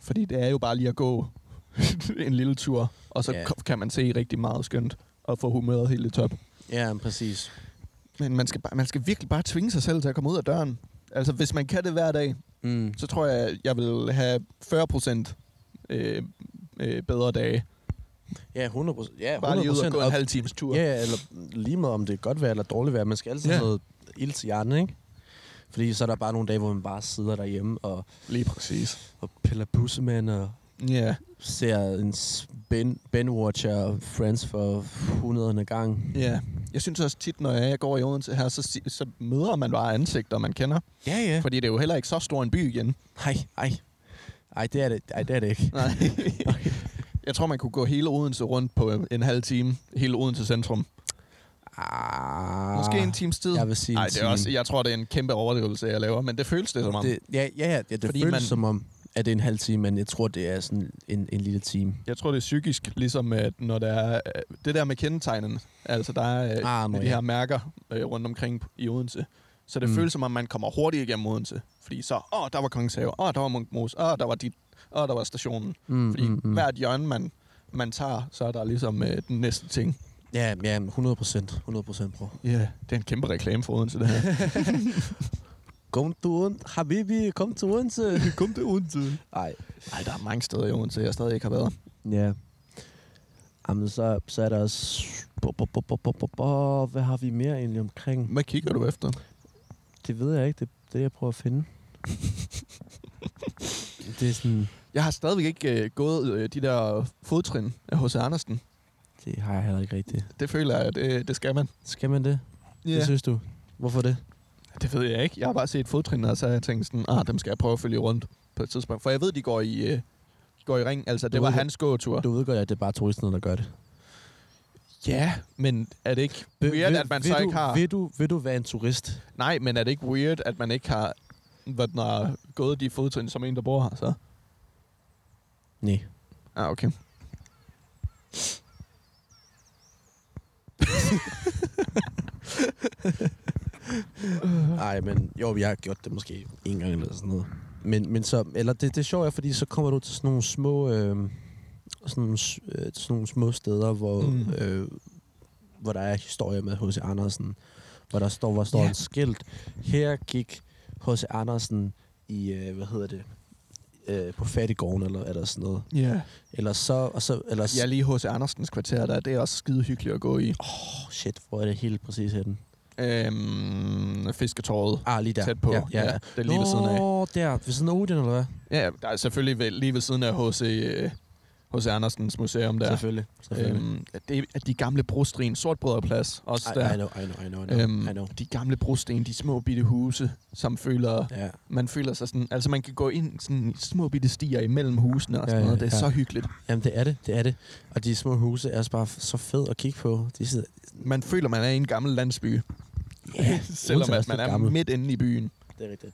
Fordi det er jo bare lige at gå <laughs> en lille tur, og så
Ja.
yeah. kan man se rigtig meget skønt og få humøret helt i top.
Ja, men præcis.
Men man skal, bare, man skal virkelig bare tvinge sig selv til at komme ud af døren. Altså, hvis man kan det hver dag,
Mm.
så tror jeg, jeg vil have 40 procent øh, øh, bedre dage.
Ja, 100 procent. Ja, 100
Bare lige ud og gå en
og-
halv times tur.
Ja, ja, eller lige meget om det er godt vejr eller dårligt vejr. Man skal altid
Ja.
ja. have noget ild til hjernen, ikke? Fordi så er der bare nogle dage, hvor man bare sidder derhjemme og,
Lige præcis.
og piller bussemand og
Ja,
ser en s- ben, ben Watcher og Friends for hundrederne gang.
ja. Jeg synes også tit, når jeg går i Odense her, så, si- så møder man bare ansigter, man kender.
Ja, ja.
Fordi det er jo heller ikke så stor en by igen.
Ej, ej. Ej, det er det, ej, det, er det ikke.
Nej. <laughs> jeg tror, man kunne gå hele Odense rundt på en halv time. Hele Odense centrum.
Ah,
Måske en times tid.
Jeg vil sige
Nej,
en
det er også,
time.
jeg tror, det er en kæmpe overdrivelse, jeg laver, men det føles det som om.
Det, ja, ja, ja, det
Fordi
Fordi føles
man-
man... som om, at det er en halv time, men jeg tror, det er sådan en, en lille time.
Jeg tror, det er psykisk, ligesom at når der er, øh, det der med kendetegnene. Altså, der er ah,
Ah, nå,
med de
ja.
her mærker øh, rundt omkring i Odense. Så det mm.
Mm.
føles som om, man kommer hurtigt igennem Odense. Fordi så, åh, der var Kongens Have, åh, der var Munkmos, åh, der var dit, åh, der var stationen.
Mm,
Fordi mm, mm. hvert hjørne, man, man tager, så er der ligesom øh, den næste ting.
Ja, ja, 100 procent. 100 procent, bror.
Ja, yeah. det er en kæmpe reklame for Odense, <laughs> det her.
Kom til Odense. Habibi, kom til Odense.
Kom til Odense.
Nej.
Nej, der er mange steder i Odense, jeg stadig ikke har været.
Ja. Jamen, så, så er der også... Bo, bo, bo, bo, bo, bo, bo. Hvad har vi mere egentlig omkring?
Hvad kigger du efter?
Det ved jeg ikke. Det er det, jeg prøver
<laughs>
at finde. det er sådan...
Jeg har stadigvæk ikke øh, gået øh, de der fodtrin af H.C. Andersen.
Det har jeg heller ikke rigtigt.
Det føler jeg, at øh, det skal man.
Skal man det? Det synes du? Hvorfor det?
Det ved jeg ikke. Jeg har bare set fodtrin, og så har jeg tænkt sådan, ah, dem skal jeg prøve at følge rundt på et tidspunkt. For jeg ved, de går i, øh, går i ring. Altså, det
Du
var
ved det.
hans gåtur.
Du ved godt, at det er bare turisterne, der gør det.
Ja, men er det ikke
Vil-
weird,
vil-
at man
vil
så
du,
ikke har...
Vil du, vil du være en turist?
Nej, men er det ikke weird, at man ikke har hvad den har gået de fodtrin som en, der bor her, så?
Nej.
Ah, okay.
Nej, men jo, jeg har gjort det måske en gang eller sådan noget. Men, men så, eller det, det sjove er, fordi så kommer du til sådan nogle små, øh, sådan nogle, s- øh, sådan nogle små steder, hvor,
Mm.
mm. øh, hvor der er historier med H.C. Andersen. Hvor der står, hvor står
Ja.
yeah. en skilt. Her gik H.C. Andersen i, øh, hvad hedder det, øh, på fattigården eller, eller sådan noget.
Ja. Yeah.
Eller så, og så, eller
Jeg er lige hos Andersens kvarter, der det er også skide hyggeligt at gå i.
oh, shit, hvor er det helt præcis henne?
Øhm, fisketåret
Ah, lige der.
tæt på.
Ja, ja. ja.
Det er lige ved siden af.
Nå, der. Ved siden af Odin, eller hvad?
Ja, der er selvfølgelig ved, lige ved siden af H.C. øh, H.C. Andersens museum der.
Selvfølgelig. Selvfølgelig.
Øhm, det er de gamle brosten, Sortbrødreplads også
I, I
der.
know, I know, I know, I know.
Øhm,
I know.
de gamle brosten, de små bitte huse, som føler,
Ja.
man føler sig sådan, altså man kan gå ind sådan i små bitte stier imellem husene og sådan
Ja,
ja,
ja,
noget. Det er
ja.
så hyggeligt.
Jamen, det er det, det er det. Og de små huse er også bare f- så fed at kigge på. De sidder,
Man føler, man er i en gammel landsby, <laughs>
yeah,
selvom at man er gammel. midt inde i byen.
Det er rigtigt.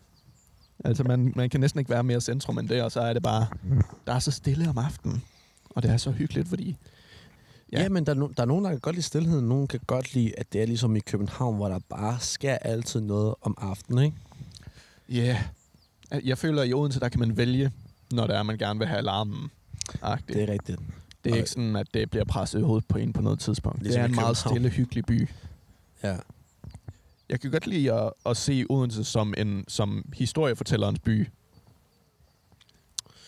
Altså man, man kan næsten ikke være mere centrum end det, og så er det bare, der er så stille om aftenen. Og det er så hyggeligt, fordi Ja.
Ja, ja men der, er no- der er nogen, der kan godt lide stillheden. Nogen kan godt lide, at det er ligesom i København, hvor der bare sker altid noget om aftenen, ikke?
Ja. Yeah. Jeg føler, at i Odense, der kan man vælge, når det er, man gerne vil have alarmen. Agtigt.
Det, det er rigtigt.
det er
og-
ikke sådan, at det bliver presset i hovedet på en på noget tidspunkt. Ligesom
Ligesom
det er
i
en meget
København.
stille, hyggelig by.
Ja.
Jeg kan godt lide at, at se Odense som, en, som historiefortællerens by.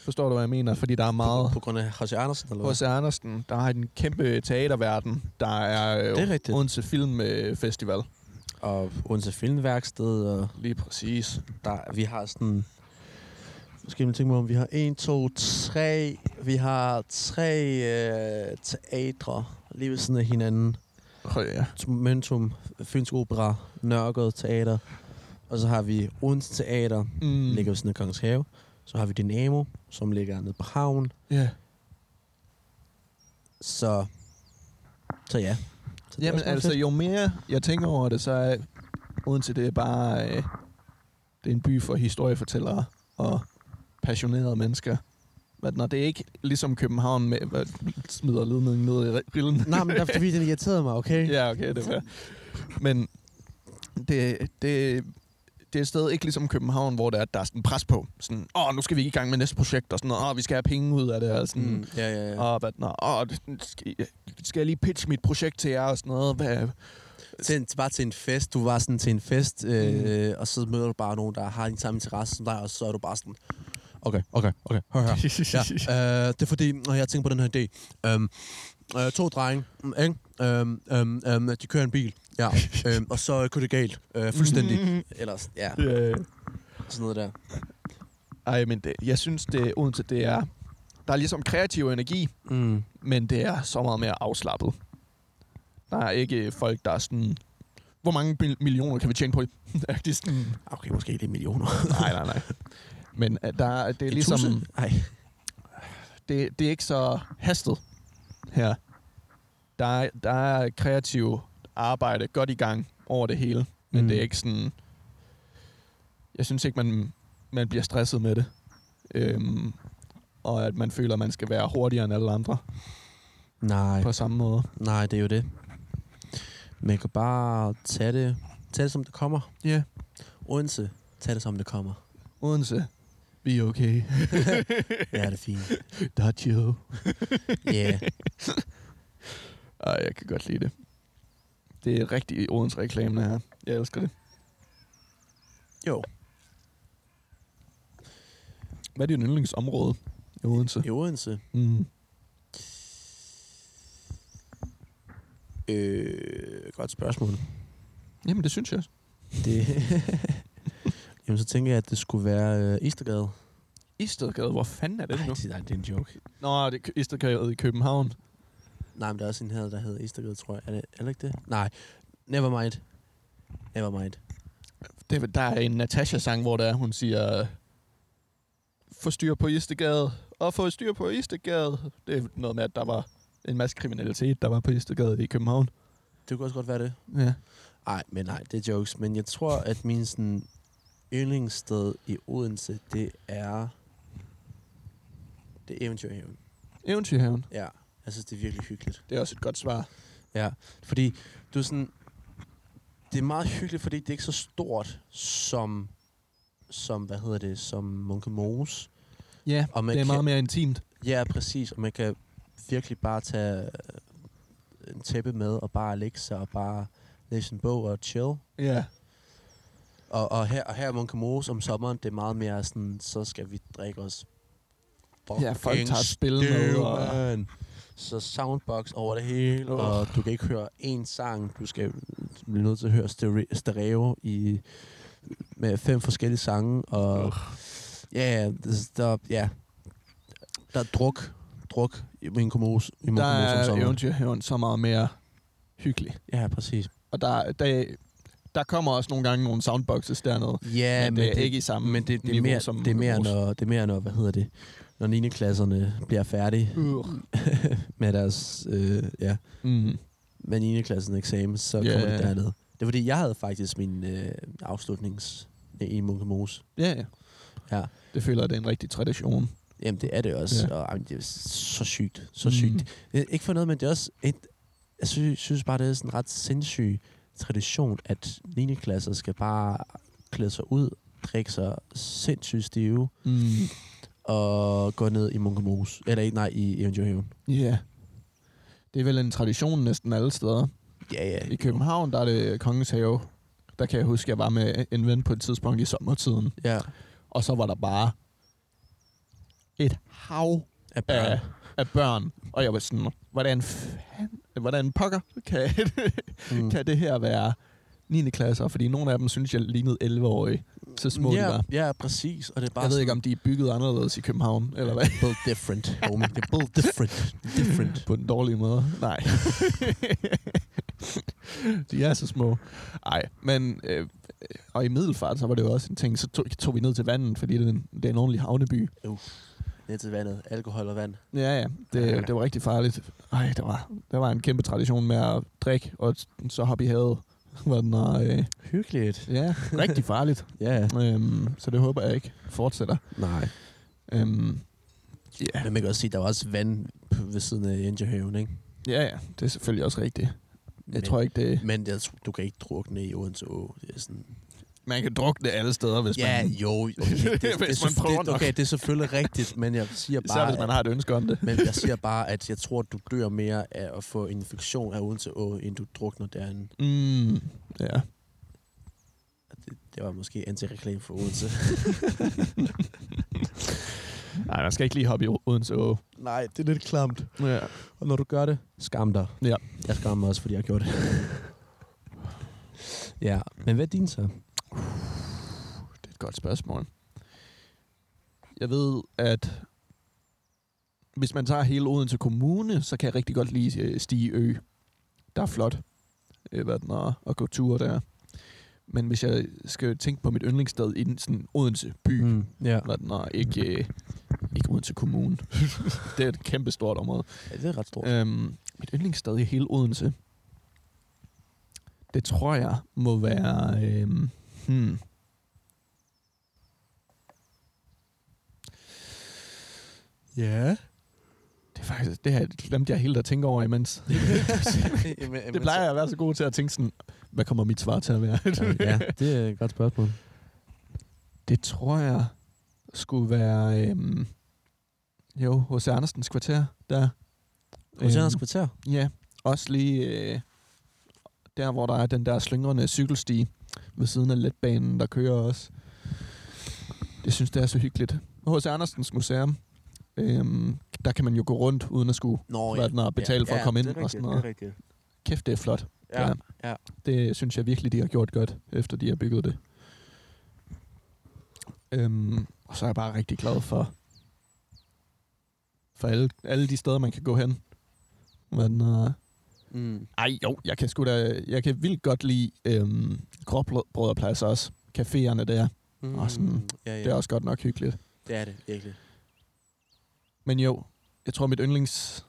Forstår du, hvad jeg mener? Fordi der er meget...
På, på grund af H.C. Andersen, eller hvad?
H.C. Andersen, der har en kæmpe teaterverden. Der er, øh,
Det er rigtigt.
Odense Film øh, Festival.
Og Odense Filmværksted, og
Lige præcis.
der, vi har sådan... Nu skal jeg lige tænke mig om, vi har en, to, tre... Vi har tre øh, teatre lige ved siden af hinanden.
Høj, ja.
Momentum, Fynsk Opera, Nørregård Teater. Og så har vi Odense Teater, mm.
Mm.
ligger ved siden af Kongens Have. Så har vi Dynamo, som ligger nede på havn.
Ja.
Så, så ja. Så det er
Jamen
også meget
altså, <laughs>
fedt.
jo mere jeg tænker over det, så er Odense, det er bare øh, det er en by for historiefortællere og passionerede mennesker. Men når det er ikke ligesom København med, hvad, smider ledningen ned i rillen.
Nej, men der er fordi, den irriterede mig, okay?
<laughs> ja, okay, det er fair. Men det, det, det er et sted ikke ligesom København, hvor der er, der er sådan pres på. Sådan, åh, nu skal vi i gang med næste projekt, og sådan, åh, vi skal have penge ud af det, og sådan,
Mm, ja, ja, ja.
og hvad, nå, åh, skal, skal jeg lige pitche mit projekt til jer, og sådan noget, hvad,
Til en, bare til en fest. Du var sådan til en fest, øh, og så møder du bare nogen, der har den samme interesse som dig, og så er du bare sådan... Okay, okay, okay. Hør her. <laughs> Ja,
<laughs>
øh, det er fordi, når jeg tænker på den her idé. Øhm, øh, to drenge, mm, ikke? Øhm, øhm, øhm, de kører en bil, <laughs> ja. øhm, og så øh, går det galt. Øh, fuldstændig. Ellers, ja,
Øh,
sådan noget der.
Ej, men det, jeg synes, det Odense, det er... Der er ligesom kreativ energi,
Mm.
men det er så meget mere afslappet. Der er ikke folk, der er sådan... Hvor mange mil- millioner kan vi tjene på <laughs> det? det er sådan,
Okay, måske lidt millioner.
<laughs> nej, nej, nej. Men øh, der, er- det er ligesom...
Nej.
Det, det er ikke så hastet her. Der, er- der er kreativ arbejde godt i gang over det hele, men
Mm.
det er ikke sådan... Jeg synes ikke, man, man bliver stresset med det. Øhm, og at man føler, at man skal være hurtigere end alle andre
Nej.
på samme måde.
Nej, det er jo det. Man kan bare tage det, tage det som det kommer.
Ja, yeah.
Odense, tag det som det kommer.
Odense. Vi er okay.
Ja, det er fint. <laughs>
Der er chill.
Ja. Yeah.
Ej, jeg kan godt lide det. Det er rigtig Odense reklame det her. Jeg elsker det.
Jo.
Hvad Mm. er din yndlingsområde i Odense?
I Odense.
Mm.
Øh, godt spørgsmål.
Jamen, det synes jeg også.
Det, <laughs> jamen, så tænker jeg, at det skulle være øh, Istergade.
Istedgade, hvor fanden er det nu?
det, nej, det er en joke.
Nå, det er Istedgade i København.
Nej, men der er også en her, der hedder Istergade, tror jeg. Er det, er det ikke det? Nej. Never mind. Never mind.
Det, er- der er en Natasha-sang, hvor der er, hun siger... Få styr på Istedgade, og få styr på Istedgade. Det er noget med, at der var en masse kriminalitet, der var på Istedgade i København.
Det kunne også godt være det.
Ja.
Nej, men nej, det er jokes. Men jeg tror, at min sådan, yndlingssted i Odense, det er... Det er Eventyrhaven.
Eventyrhaven.
Ja, jeg synes, det er virkelig hyggeligt.
Det er også et godt svar.
Ja, fordi du er sådan... Det er meget hyggeligt, fordi det er ikke så stort som, som hvad hedder det, som Munke Mose.
Ja,
Og man
det er
kan-
meget mere intimt.
Ja, præcis, og man kan virkelig bare tage øh, en tæppe med og bare lægge sig og bare læse en bog og chill.
Ja.
Og, og her, og her i Munkemos om sommeren, det er meget mere sådan, så skal vi drikke os.
Ja, folk
fucking
tager et spil med,
stive,
og-
mand. Så soundbox over det hele,
Åh.
og du kan ikke høre én sang. Du skal blive nødt til at høre stere- stereo i, med fem forskellige sange. Og, ja, ja, det- der, ja, der er druk, druk i min kommos, i min
Der
om
er
sommeren.
Eventyrhaven så meget mere hyggelig.
Ja, præcis.
Og der, der, der kommer også nogle gange nogle soundboxes dernede.
Ja,
men, det er ikke i samme
Men det, det, er
niveau
mere,
som
det, er mere,
vores.
når, det er mere, når, hvad hedder det, når 9. klasserne bliver færdige
Ugh.
med deres, øh, ja,
Mm.
med 9. klassen eksamen, så
Ja,
yeah. kommer det
ja.
derned. Det var fordi, jeg havde faktisk min øh, afslutnings i Munkemos.
Ja, ja.
Ja.
Det føler jeg, det er en rigtig tradition.
Jamen, det er det også.
Ja.
Og, jamen, det er så sygt, så
Mm.
mm. sygt. Det er Ikke for noget, men det er også et, jeg synes, synes bare, det er sådan en ret sindssyg tradition, at 9. klasser skal bare klæde sig ud, drikke sig sindssygt stive,
Mm.
og gå ned i Munkemos. Eller i- nej, i Eventyrhaven.
Ja. Det er vel en tradition næsten alle steder.
Ja, ja.
I København, der er det Kongens Have. Der kan jeg huske, jeg var med en ven på et tidspunkt i sommertiden.
Ja,
Og så var der bare et hav
af børn.
af, af børn. Og jeg var sådan, hvordan, fanden, hvordan pokker kan, <laughs>
Mm.
kan det her være 9. klasser? Fordi nogle af dem synes, jeg lignede 11-årige. Så små de
ja,
var.
ja, præcis. Og det er bare
Jeg ved ikke,
sådan-
om de er bygget anderledes i København, eller hvad?
Built different, homie. Det er built different. different.
<laughs> På den dårlige måde.
<laughs>
Nej. de er så små. Nej, men... Øh, og i Middelfart, så var det jo også en ting, så tog, tog vi ned til vandet, fordi det er en, det er en ordentlig havneby.
Ned til vandet. Alkohol og vand.
Ja, ja. Det, det var rigtig farligt. Ej, der var, der var en kæmpe tradition med at drikke, og så hoppe i havet. <laughs> Var den, og, øh,
Hyggeligt.
ja, rigtig farligt.
Ja.
Øhm, så det håber jeg ikke fortsætter.
Nej.
Øhm, ja.
Men man kan også sige, at der var også vand på- ved siden af Eventyrhaven, ikke?
ja, ja, det er selvfølgelig også rigtigt. Jeg
men,
tror ikke, det...
Men jeg tror, du kan ikke drukne i Odense Å. Det er sådan...
Man kan drukne alle steder, hvis
ja,
man...
jo. Okay, det, det,
<laughs>
det,
Hvis man
det,
prøver
det,
nok.
okay, det er selvfølgelig rigtigt, men jeg siger bare...
Især hvis man har et ønske om det.
Men jeg siger bare, at jeg tror, at du dør mere af at få en infektion af Odense Å, end du drukner derinde.
Mm, ja.
Det var måske antireklame for Odense.
Nej, man skal ikke lige hoppe i Odense Å.
<laughs> Nej, det er lidt klamt.
Ja.
Og når du gør det, skam dig.
Ja.
Jeg skammer mig også, fordi jeg gjorde det. <laughs> ja, men hvad er din så?
Det er et godt spørgsmål. Jeg ved, at hvis man tager hele Odense Kommune, så kan jeg rigtig godt lide øh, Stigø. Der er flot øh, hvad den er, at gå ture der. Men hvis jeg skal tænke på mit yndlingssted i den, sådan Odense by, mm.
ja.
hvad den er, ikke, øh, ikke Odense Kommune. det er et kæmpe stort område.
ja, det er ret <laughs> stort.
Øhm, mit yndlingssted i hele Odense, det tror jeg må være... Øhm, hmm. Ja. Det er faktisk, det her glemte jeg helt at tænke over imens. <laughs>
Jamen,
Det plejer jeg at være så god til at tænke sådan, hvad kommer mit svar til at være?
Ja, det er et godt spørgsmål.
<laughs> Det tror jeg skulle være... Øhm, jo, H.C. Andersens kvarter, der...
Oceaners Kvarter?
Ja, også lige øh, der, hvor der er den der slyngrende cykelsti ved siden af letbanen, der kører også. Det synes det er så hyggeligt. H.C. Andersens Museum, øhm, der kan man jo gå rundt uden at skulle
Nå,
oh, ja. og betale ja, for at komme ind og sådan noget.
rigtigt.
kæft, det er flot.
Ja.
Ja.
ja.
Det synes jeg virkelig, de har gjort godt, efter de har bygget det. Øhm, og så er jeg bare rigtig glad for, for alle, alle de steder, man kan gå hen. Men, øh,
Mm.
ej, jo, jeg kan sgu da, jeg kan vildt godt lide øhm, gråbrødreplads også. Caféerne der,
Mm.
Og sådan,
ja, ja.
det er også godt nok hyggeligt.
det er det, virkelig.
Men jo, jeg tror mit yndlings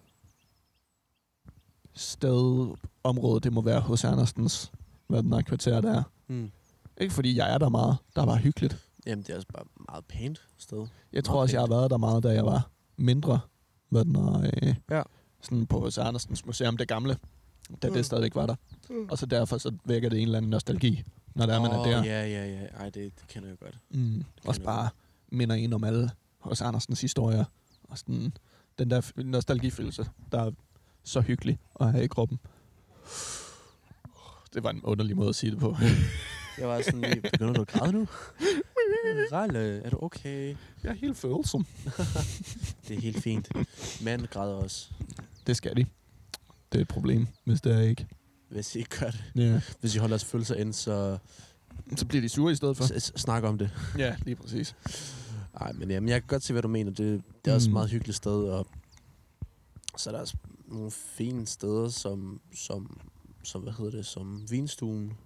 sted, område, det må være hos Andersens, hvad den her kvarter der.
Mm.
Ikke fordi jeg er der meget, der er bare hyggeligt.
Jamen, det er også bare meget pænt sted.
Jeg tror
Meget
også, jeg har
pænt.
været der meget, da jeg var mindre. Hvad den er, øh,
Ja.
Sådan på H.C. Andersens Museum, det gamle. Da
Mm.
det stadigvæk var der. Og så derfor så vækker det en eller anden nostalgi, når der er, man er
Åh,
der.
Ja, ja, ja. Ej, det, det kender jeg godt.
Mm. Også
Kender jeg.
bare minder en om alle H.C. Andersens historier. Og sådan den der f- nostalgifølelse, der er så hyggelig at have i kroppen. Det var en underlig måde at sige det på.
Jeg var sådan lige, begynder du at græde
<laughs>
nu? Ralle, er du okay?
Jeg er helt følsom.
Det er helt fint. Manden græder også,
Det skal de. Det er et problem, hvis det er ikke.
hvis I ikke gør det.
Ja.
Hvis I holder os følelser ind, så
Så bliver de sure i stedet for.
s- s- snak om det.
Ja, lige præcis.
Nej, men jamen, jeg kan godt se, hvad du mener. Det, det er også et
Mm.
meget hyggeligt sted, og så er der også nogle fine steder, som, som, som hvad hedder det, som Vinstuen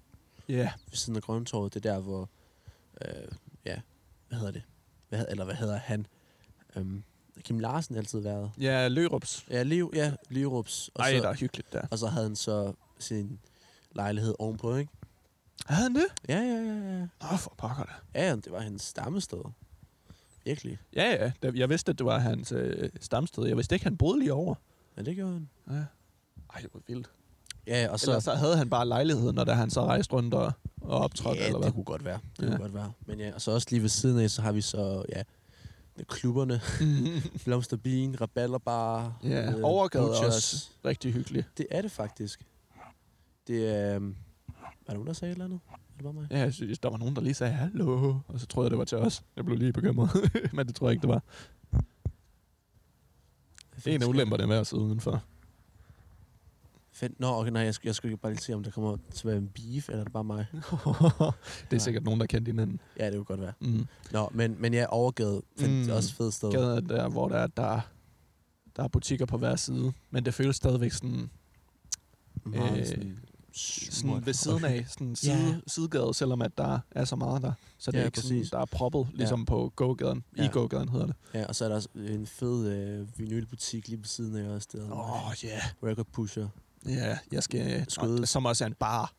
Ja. Yeah.
ved siden af Grøntorvet. Det er der, hvor, øh, ja, hvad hedder det? Hvad, hed- eller hvad hedder han? Øhm, Kim Larsen altid været.
Ja, Lørups.
Ja, Liv, ja, Lirups. Og,
Ej,
så,
der er hyggeligt der.
og så havde han så sin lejlighed ovenpå, ikke?
Havde han det?
Ja, ja, ja, ja.
Åh, oh, for pokker da.
Ja, ja, det var hendes stammested. Virkelig.
Ja, ja. da- Jeg vidste, at det var hans øh, stamsted. Jeg vidste ikke, han boede lige over.
Ja, det gjorde han.
Ja. Ej, det var vildt.
Ja, og
Så, Ellers så havde han bare lejligheden, når da han så rejste rundt og, og optrådte,
ja,
eller hvad?
det kunne godt være. Det
Ja.
ja. kunne godt være. Men ja, og så også lige ved siden af, så har vi så, ja,
<laughs>
klubberne, Blomsterbien, Rabalderbar. øh,
Ja, Overgade
Butchers.
også. Rigtig hyggeligt.
Det er det faktisk. Det er... øhm, Var der nogen, der sagde et eller andet? Er det bare mig?
Ja, jeg synes, der var nogen, der lige sagde hallo, og så troede jeg, det var til os. Jeg blev lige bekymret, <laughs> men det tror jeg ikke, det var. Det er en af ulemperne med at sidde
<laughs>
udenfor.
Fedt. Nå, okay, nej, jeg skulle, jeg skulle bare lige se, om der kommer til at være en beef, eller er det bare mig?
det er sikkert nogen, der kendte hinanden.
Ja, det kunne godt være.
Mm.
Nå, men, men ja, overgade. Fandt
Mm.
mm. også fedt sted.
gader der, hvor der er, der, er- der er butikker på hver side. Men det føles stadigvæk sådan,
Meget
Øh,
sådan, smurt
sådan ved
og
siden af, sådan side,
Ja.
sidegade, selvom at der er så meget der. Så det er
Ja,
ikke
præcis.
sådan, der er proppet, ligesom på gågaden. I
Ja.
gågaden hedder det.
Ja, og så er der også en fed øh, vinylbutik lige ved siden af også, der oh.
Åh, ja.
Record Pusher.
Ja, jeg skal
Skyde.
skyde. Som også er en bar.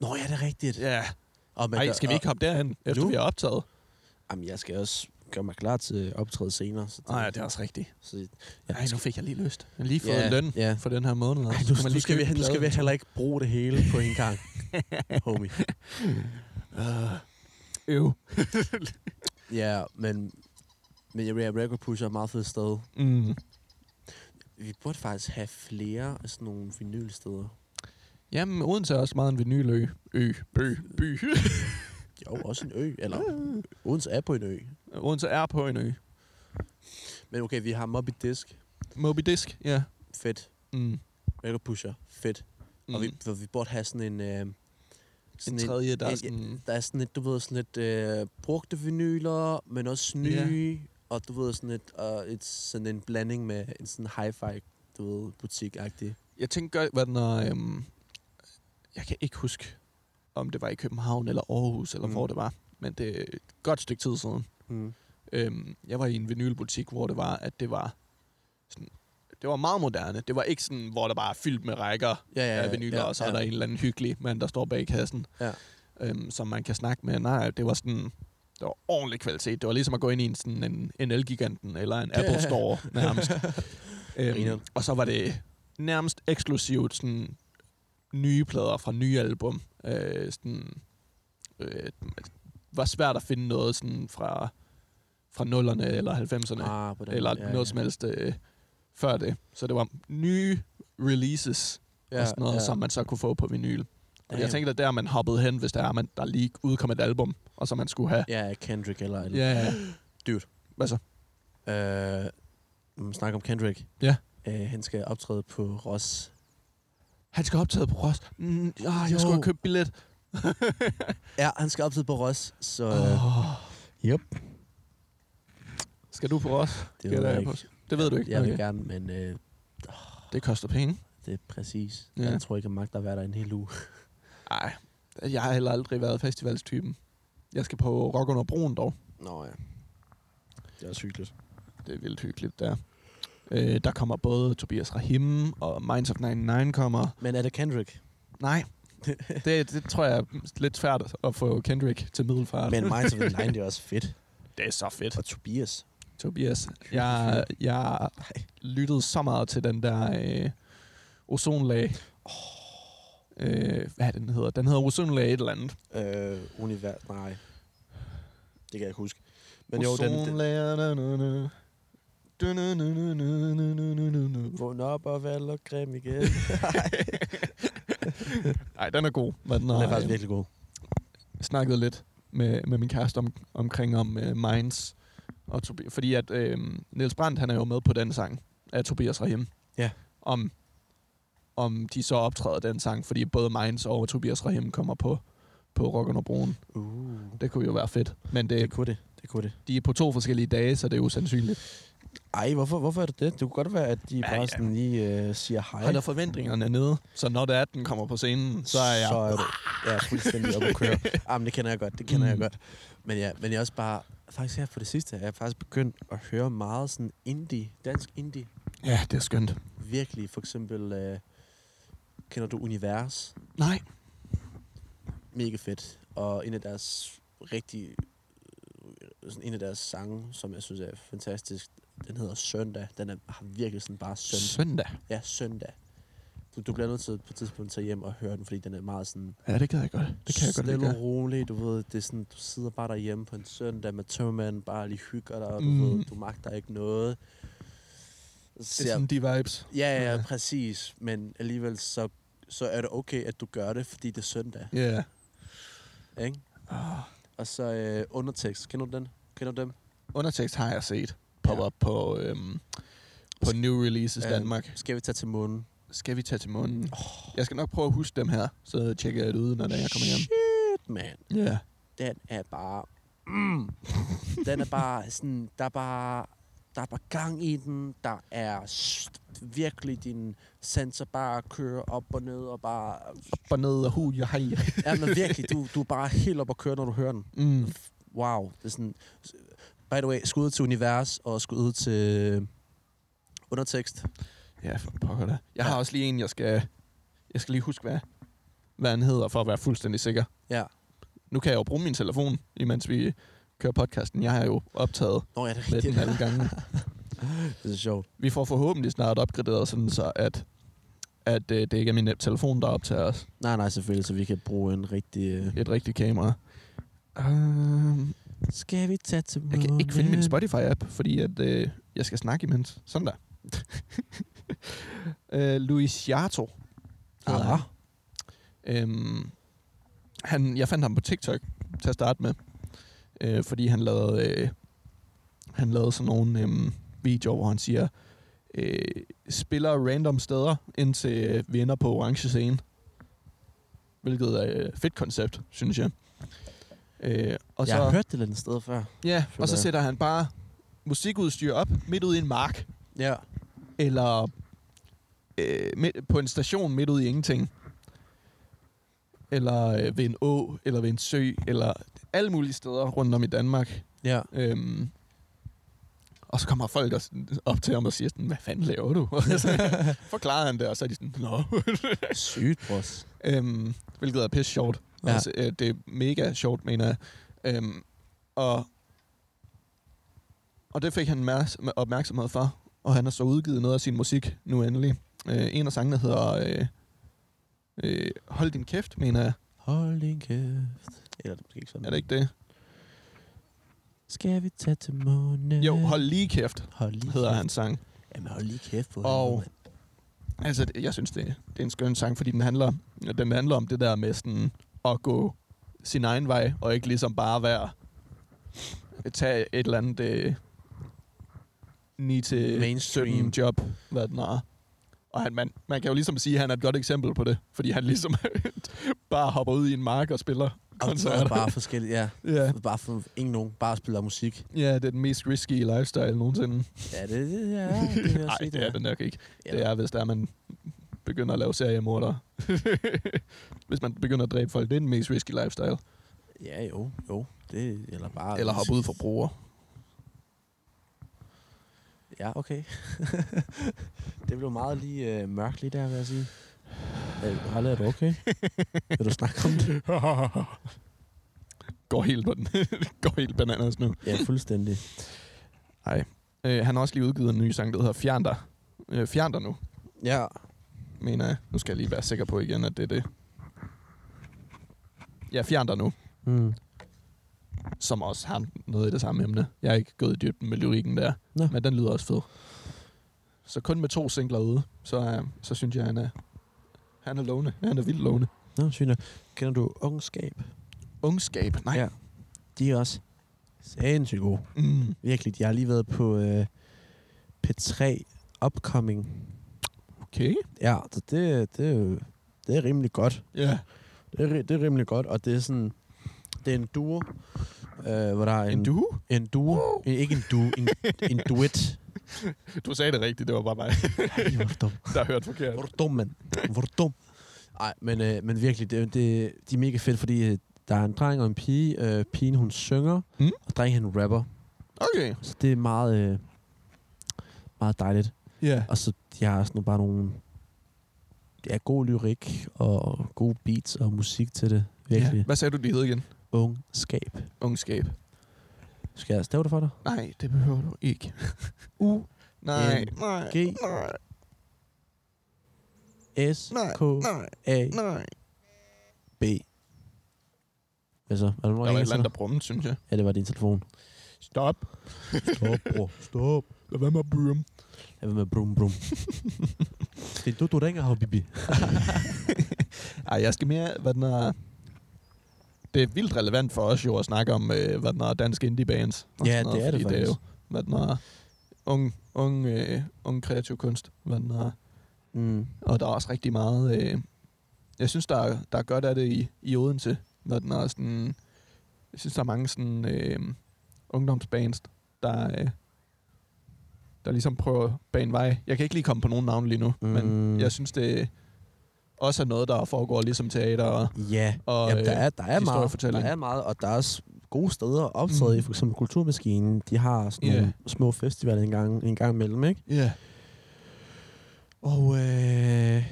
Nå ja, det er rigtigt.
Ja.
Og man
Ej,
gør-
skal vi ikke hoppe derhen, efter
Nu?
vi har optaget?
Og, jamen, jeg skal også gøre mig klar til optræde senere. Så
Nej, det er også rigtigt.
Så, ja,
Ej, nu fik jeg lige lyst. Jeg har lige fået
Ja,
løn
ja.
for den her måned.
Ej,
og så
nu,
kan man
nu,
lige
skal vi,
købe
nu skal vi
pladen.
heller ikke bruge det hele på en
<laughs>
gang, homie.
Øv.
Ja, men, men jeg ja, Record Pusher er et meget fedt sted.
Mm.
Vi burde faktisk have flere af sådan nogle vinylsteder.
Jamen, Odense er også meget en vinylø. Ø. Bø. By.
Jo, også en ø, eller Odense er på en ø.
Odense er på en ø.
Men okay, vi har Moby Disk,
Moby Disk, ja.
fedt.
Mm.
Record Pusher, fedt. Mm. Og vi, for vi burde have sådan en... Øh,
en
sådan
tredje, der er
en-
sådan...
der er sådan lidt, du ved, sådan lidt øh, brugte vinyler, men også nye, yeah. og du ved, sådan lidt, øh, et, sådan en blanding med en sådan hi-fi, du ved, butik-agtig.
Jeg tænkte godt, hvad den er... Øhm, jeg kan ikke huske, om det var i København eller Aarhus, eller
Mm.
mm. hvor det var. Men det er et godt stykke tid siden.
Mm.
Øhm, jeg var i en vinylbutik, hvor det var, at det var... Sådan, det var meget moderne. Det var ikke sådan, hvor der bare er fyldt med rækker
Ja, ja,
ja,
ja.
af vinyler,
ja,
og så er
ja.
der en eller anden hyggelig mand, der står bag kassen,
Ja.
øhm, som man kan snakke med. Nej, det var sådan... Det var ordentlig kvalitet. Det var ligesom at gå ind i en, sådan en, en Elgiganten eller
<laughs>
en Apple Store nærmest.
Griner.
øhm, og så var det nærmest eksklusivt sådan nye plader fra nye album. Øh, sådan, øh, det var svært at finde noget sådan fra, fra nullerne eller 90'erne
Ah, på den,
eller
måde, ja,
noget som helst øh, før det. Så det var nye releases ja, og sådan noget, ja. som man så kunne få på vinyl. Og jeg
Damn.
tænkte, at der man hoppede hen, hvis der er, man, der lige udkom et album, og så man skulle have...
Ja, Kendrick eller... eller.
Ja, ja.
Dude.
Hvad så?
Yeah. Øh, snak om Kendrick.
Ja.
Øh, han skal optræde på Ross
Han skal optage på Ross. Mm, ah, jeg
Jo.
skulle have købt billet.
Ja, han skal opsætte på Ros, så oh,
Oh.
Yep.
Skal du på Ross?
det
gætter
ved
jeg
jeg
på.
ikke.
Det ved du ikke.
Jeg vil gerne, men øh,
Det koster penge.
det er præcis.
Ja.
Ja. Jeg tror ikke, jeg magter at være der en hel uge.
Nej, jeg har heller aldrig været festivalstypen. Jeg skal på Rock under Broen dog.
Nå ja. Det er også hyggeligt.
Det er vildt hyggeligt der. Øh, der kommer både Tobias Rahim og Minds of 99 kommer.
Men er det Kendrick? <laughs>
Nej, det, det tror jeg er lidt svært at få Kendrick til middelfart.
Men Minds of the <laughs> Nine, det er også fedt.
det er så fedt.
Og Tobias.
Tobias, jeg, jeg lyttede så meget til den der øh, ozonlag. Oh. Øh, hvad er det, den hedder? Den hedder ozonlag et eller andet.
Øh, univers... Nej. Det kan jeg ikke huske. Men jo, den, den
Ozonlag, na, na, na. Du, nu, nu, nu, nu, nu, nu, nu, nu,
<laughs>
nu.
Vågn op og valg og creme <laughs> igen.
Nej, den er god. Men øh, den
Den er
har
faktisk
jeg
virkelig god.
snakket lidt med, med min kæreste om, omkring om uh, Minds. Og Tobi- fordi at øh, Niels Brandt, han er jo med på den sang af Tobias Rahim.
Ja.
Om, om de så optræder den sang, fordi både Minds og Tobias Rahim kommer på, på Rock under Broen.
Uh.
Det kunne jo være fedt. Men det,
Det kunne det. Det kunne det.
de er på to forskellige dage, så det er usandsynligt.
Ej, hvorfor, hvorfor er det det? Det kunne godt være, at de
Ja,
bare
ja.
sådan lige øh, siger hej.
Holder forventningerne nede, så når det er, at den kommer på scenen, så er jeg...
Så er du, ja, fuldstændig oppe at køre. <laughs> Jamen, det kender jeg godt, det kender mm. jeg
Mm.
godt. Men ja, men jeg er også bare, faktisk her på det sidste, er jeg faktisk begyndt at høre meget sådan indie, dansk indie.
Ja, det er skønt.
Virkelig, for eksempel, øh, kender du Univers?
Nej.
Mega fedt. Og en af deres rigtig, øh, sådan en af deres sange, som jeg synes er fantastisk, den hedder Søndag. Den er, har virkelig sådan bare søndag.
Søndag.
Ja, søndag. Du, du bliver nødt til på et tidspunkt at tage hjem og høre den, fordi den er meget sådan...
Ja, det kan jeg godt. Det kan jeg godt
stille
lide.
og rolig, du ved, det er sådan, du sidder bare derhjemme på en søndag med tømmermanden, bare lige hygger dig, og du,
Mm.
mm. ved, du magter ikke noget.
Det er sådan de vibes.
ja, ja,
Ja.
ja, præcis, men alligevel så, så er det okay, at du gør det, fordi det er søndag,
Ja. Yeah.
ikke? Ah. Og så øh, undertekst, kender du den? Kender du dem?
Undertekst har jeg set popper ja. op på, øhm, på New Releases
Ja.
Danmark.
Skal vi tage til månen?
Skal vi tage til munden? Oh. Jeg skal nok prøve at huske dem her, så tjekker jeg det ud, når jeg kommer hjem.
Shit, man.
Ja. Yeah.
den er bare... Mm. den er bare sådan... Der er bare, der er bare gang i den. Der er st- virkelig din sensor bare kører op og ned og bare...
Op og ned og hu, jeg hej.
Ja, men virkelig, du, du er bare helt op og kører, når du hører den.
Mm.
Wow. Det er sådan... By the way, skud ud til Univers og skud ud til undertekst.
Ja, for pokker da. Jeg har også lige en, jeg skal, jeg skal lige huske, hvad, hvad han hedder, for at være fuldstændig sikker.
Ja.
Nu kan jeg jo bruge min telefon, imens vi kører podcasten. Jeg har jo optaget
Nå, ja, det er
med den
rigtigt.
alle gange.
Det er sjovt.
Vi får forhåbentlig snart opgraderet sådan så, at, at øh, det ikke er min telefon, der optager os.
Nej, nej, selvfølgelig, så vi kan bruge en rigtig... Øh...
et rigtigt kamera. Um,
Skal vi tage til
jeg kan ikke finde min
månen?
Spotify-app, fordi at, øh, jeg skal snakke imens. Sådan <laughs> der. øh, Louis Jato. hedder
Ah,
han. Øhm, han, jeg fandt ham på TikTok til at starte med, øh, fordi han lavede, øh, han lavede sådan nogle øh, videoer, hvor han siger, øh, spiller random steder, indtil øh, vi ender på orange scene. Hvilket er et fedt koncept, synes jeg. Øh, og
jeg
så,
har hørt det et eller andet sted før.
Ja,
Føler
og så
jeg.
sætter han bare musikudstyr op midt ude i en mark,
Ja.
eller øh, midt, på en station midt ude i ingenting, eller øh, ved en å, eller ved en sø, eller alle mulige steder rundt om i Danmark.
Ja.
Øhm, og så kommer folk også op til ham og siger sådan, hvad fanden laver du? <laughs> Og så forklarer han det, og så er de sådan, nå.
Sygt, bros.
Øhm, hvilket er pisse sjovt. Ja.
Ja.
Altså, øh, det er mega sjovt, mener jeg. Øhm, og, og det fik han mær- med opmærksomhed for. Og han har så udgivet noget af sin musik nu endelig. Øh, en af sangene hedder øh, øh, Hold din kæft, mener jeg.
Hold din kæft. Eller det er måske ikke sådan.
Er det ikke det?
Skal vi tage til månen?
Jo, Hold lige kæft
hold Mm. lige
hedder
kæft.
hans sang.
Jamen, hold lige kæft på
Og-
ham, mand.
Altså, det, jeg synes, det, det er en skøn sang, fordi den handler, den handler om det der med sådan at gå sin egen vej, og ikke ligesom bare være tage et eller andet øh, 9 til
Mainstream.
17 job, hvad den er. Og han, man, man kan jo ligesom sige, at han er et godt eksempel på det, fordi han ligesom <laughs> bare hopper ud i en mark og spiller
Og
koncerter.
bare forskellige, ja.
Ja.
Bare for ingen nogen, bare spiller musik.
ja, det er den mest risky lifestyle nogensinde.
Ja, det, det, ja, det kan
<laughs>
jeg
Nej,
se,
det er det nok ikke.
Ja.
Det er, hvis der er, man begynder at lave seriemordere. <laughs> hvis man begynder at dræbe folk, det er den mest risky lifestyle.
Ja, jo, jo. Det, eller bare...
Eller hoppe ud for bruger.
Ja, okay. <laughs> det blev meget lige øh, mørkt lige der, vil jeg sige. Øh, Halle, er du <laughs> okay? Vil du snakke om det?
Går helt på den. <laughs> Går helt bananas nu.
Ja, fuldstændig.
Øh, han har også lige udgivet en ny sang, der hedder Fjern dig. Øh, Fjern dig nu,
Ja,
mener jeg. Nu skal jeg lige være sikker på igen, at det er det. Ja, Fjern dig nu,
mm.
som også har noget i det samme emne. Jeg er ikke gået i dybden med lyrikken der,
Nå.
men den lyder også fed. Så kun med to singler ude, så, øh, så synes jeg, han er, han er lovende. Han er vildt lovende.
Nå, sygt nok. Kender du Ungskab?
Ungskab, nej.
Ja. De er også sindssygt gode.
Mm.
Virkelig, jeg har lige været på øh, P3 Upcoming.
Okay.
Ja, så det, det, er jo- det er rimelig godt.
Ja.
Det er, ri- det er rimelig godt, og det er sådan... Det er en duo, øh, hvor der er en...
En du?
En duo. Wow. Ikke en duo, en, en duet.
Du sagde det rigtigt, det var bare mig, <laughs>
Ej, hvor er du dum.
der hørte forkert.
Hvor er du dum, mand. Hvor er du dum. Ej, men, øh, men virkelig, det, det, de er mega fedt, fordi øh, der er en dreng og en pige. Øh, pigen, hun synger,
Mm.
og drengen, han rapper.
Okay.
Så det er meget, øh, meget dejligt.
Ja.
Og så de har sådan nogle- bare nogle... Det er god lyrik og gode beats og musik til det. Virkelig.
ja.
Yeah.
Hvad sagde du, de hed igen?
Ungskab.
Ungskab.
Skal jeg stave det for dig?
Nej, det behøver du ikke. <laughs>
U
Nej,
N,
nej,
G,
nej,
S,
nej,
K,
nej,
A,
nej.
B. Hvad så? Er der
Der
nogen,
var et eller
der
andet,
ringer
der brummen, synes jeg.
til dig? Ja, det var din telefon.
Stop.
Stop, bror. Stop.
Lad være med at byde ham.
Jeg vil med brum, brum. det er du, du ringer, Habibi.
<laughs> Ej, jeg skal mere, hvad den er... Det er vildt relevant for os jo at snakke om, øh, hvad den er, dansk indie bands. og
Ja,
sådan
det er det
fordi Det er jo,
faktisk.
hvad den er, ung, ung, øh, ung kreativ kunst, hvad den er.
Mm.
Og der er også rigtig meget... Øh, jeg synes, der er, der er godt af det i, i Odense, når den er sådan... Jeg synes, der er mange sådan øh, ungdomsbands, der, øh, der ligesom prøver at bane vej. Jeg kan ikke lige komme på nogen navn lige nu, mm. men
Mm.
jeg synes, det også er noget, der foregår ligesom teater og...
Ja,
og øh,
Jamen, der er, der er meget, der
historiefortælling.
er meget, og der er også gode steder at optræde
Mm.
i, for eksempel Kulturmaskinen. De har sådan
Ja.
yeah. nogle små festivaler en gang, en gang imellem, ikke?
Ja.
Og øh,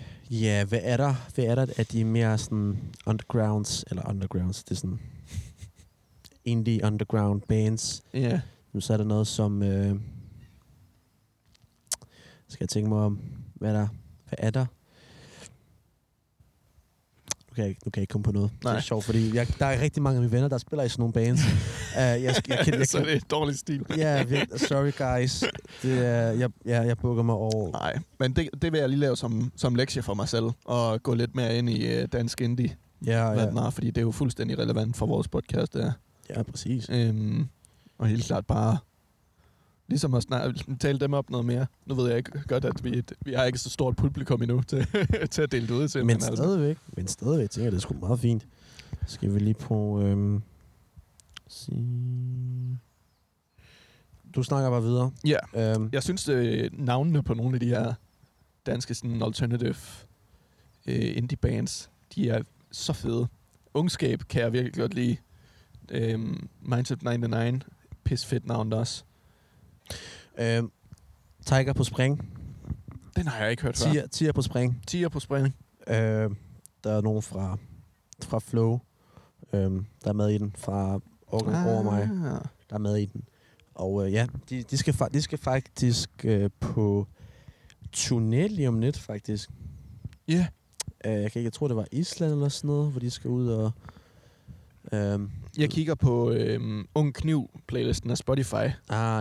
ja, hvad er der? Hvad er der, at de er mere sådan undergrounds, eller undergrounds, det er sådan indie underground bands.
Ja.
Nu så er der noget som, øh, skal jeg tænke mig om, hvad er der? Hvad er der? Nu kan jeg ikke, nu kan jeg ikke komme på noget. Det
Nej.
er sjovt, fordi jeg, der er rigtig mange af mine venner, der spiller i sådan nogle
<laughs>
bands. uh, jeg, jeg, jeg, kan- jeg,
Så det er dårlig stil.
Ja, vir- sorry guys. Det er, jeg, jeg, jeg bukker mig over.
Nej, men det, det vil jeg lige lave som, som lektie for mig selv, og gå lidt mere ind i øh, dansk indie,
Ja,
hvad
ja.
den er, fordi det er jo fuldstændig relevant for vores podcast, der.
ja præcis.
Øhm, og helt klart bare ligesom at snak, tale dem op noget mere. Nu ved jeg ikke godt, at vi, vi har ikke så stort publikum endnu til, <laughs> til at dele det ud til. altså,
Men stadigvæk, men stadigvæk tænker jeg, det er sgu meget fint. Skal vi lige på... Øhm, sige... Du snakker bare videre.
Ja.
Øhm,
Jeg synes, øh, navnene på nogle af de her danske sådan, alternative øh, indie bands, de er så fede. Ungskab kan jeg virkelig godt lide. Øhm, Mindset 99, pis fedt navn der også.
øhm, Tiger på spring.
Den har jeg ikke hørt før.
Tier, tier på spring.
Tier på spring.
Øhm, der er nogen fra, fra Flow, øhm, der er med i den. Fra Organ ah. Over mig,
Ah.
der er med i den. Og øh, ja, de, de, skal, fa- de skal faktisk øh, på turné lige om lidt, faktisk.
Ja, yeah.
Øh, jeg kan ikke, jeg tror, det var Island eller sådan noget, hvor de skal ud og... Øhm,
jeg kigger på øhm, Ung Kniv-playlisten af Spotify.
ah,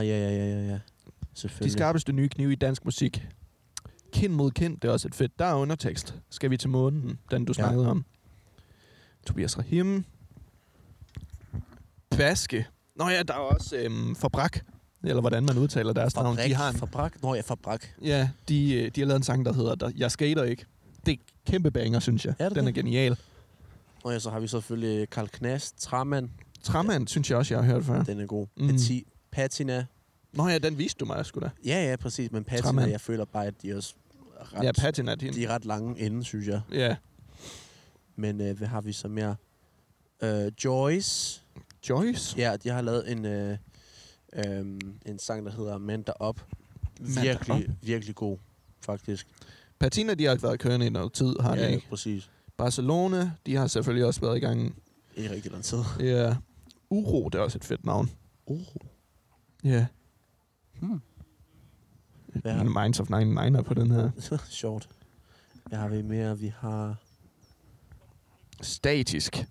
ja, ja, ja, ja, ja.
De
Selvfølgelig.
skarpeste nye knive i dansk musik. Kind mod kind, det er også et fedt. Der er undertekst. Skal vi til månen, den du
Ja.
snakkede om. Tobias Rahim. Baske. Nå ja, der er også øhm, Forbrak. eller hvordan man udtaler deres navn. De har en,
Fabrak? Nå ja, Fabrak.
ja, de, øh, de har lavet en sang, der hedder der- Jeg skater ikke. Det er kæmpe banger, synes jeg.
Er det
Den er
det?
genial.
Nå ja, så har vi selvfølgelig øh, Karl Knas, Tramand.
Tramand, synes jeg også, jeg har hørt før.
Den er god.
Mm.
Mm. Pati, Patina.
Nå ja, den viste du mig sgu da.
Ja, ja, præcis. Men Patina,
Tramand.
jeg føler bare, at de er også ret,
Ja, Patina, din.
de er ret lange inden, synes jeg.
Ja,
Men øh, hvad har vi så mere? Øh, Joyce.
Joyce.
Ja, de har lavet en, øh, øh, en sang, der hedder Mand der op.
der
Virkelig, virkelig god, faktisk.
Patina, de har ikke været kørende i noget tid, har de
ja,
ikke?
præcis.
Barcelona, de har selvfølgelig også været i gang.
Ikke rigtig lang <laughs> tid.
Ja. Uro, det er også et fedt navn.
Uro.
Ja.
Hmm. Hvad
ja.
har-
Minds of 99 er på den her.
<laughs> Sjovt. Hvad har vi mere? Vi har...
Statisk.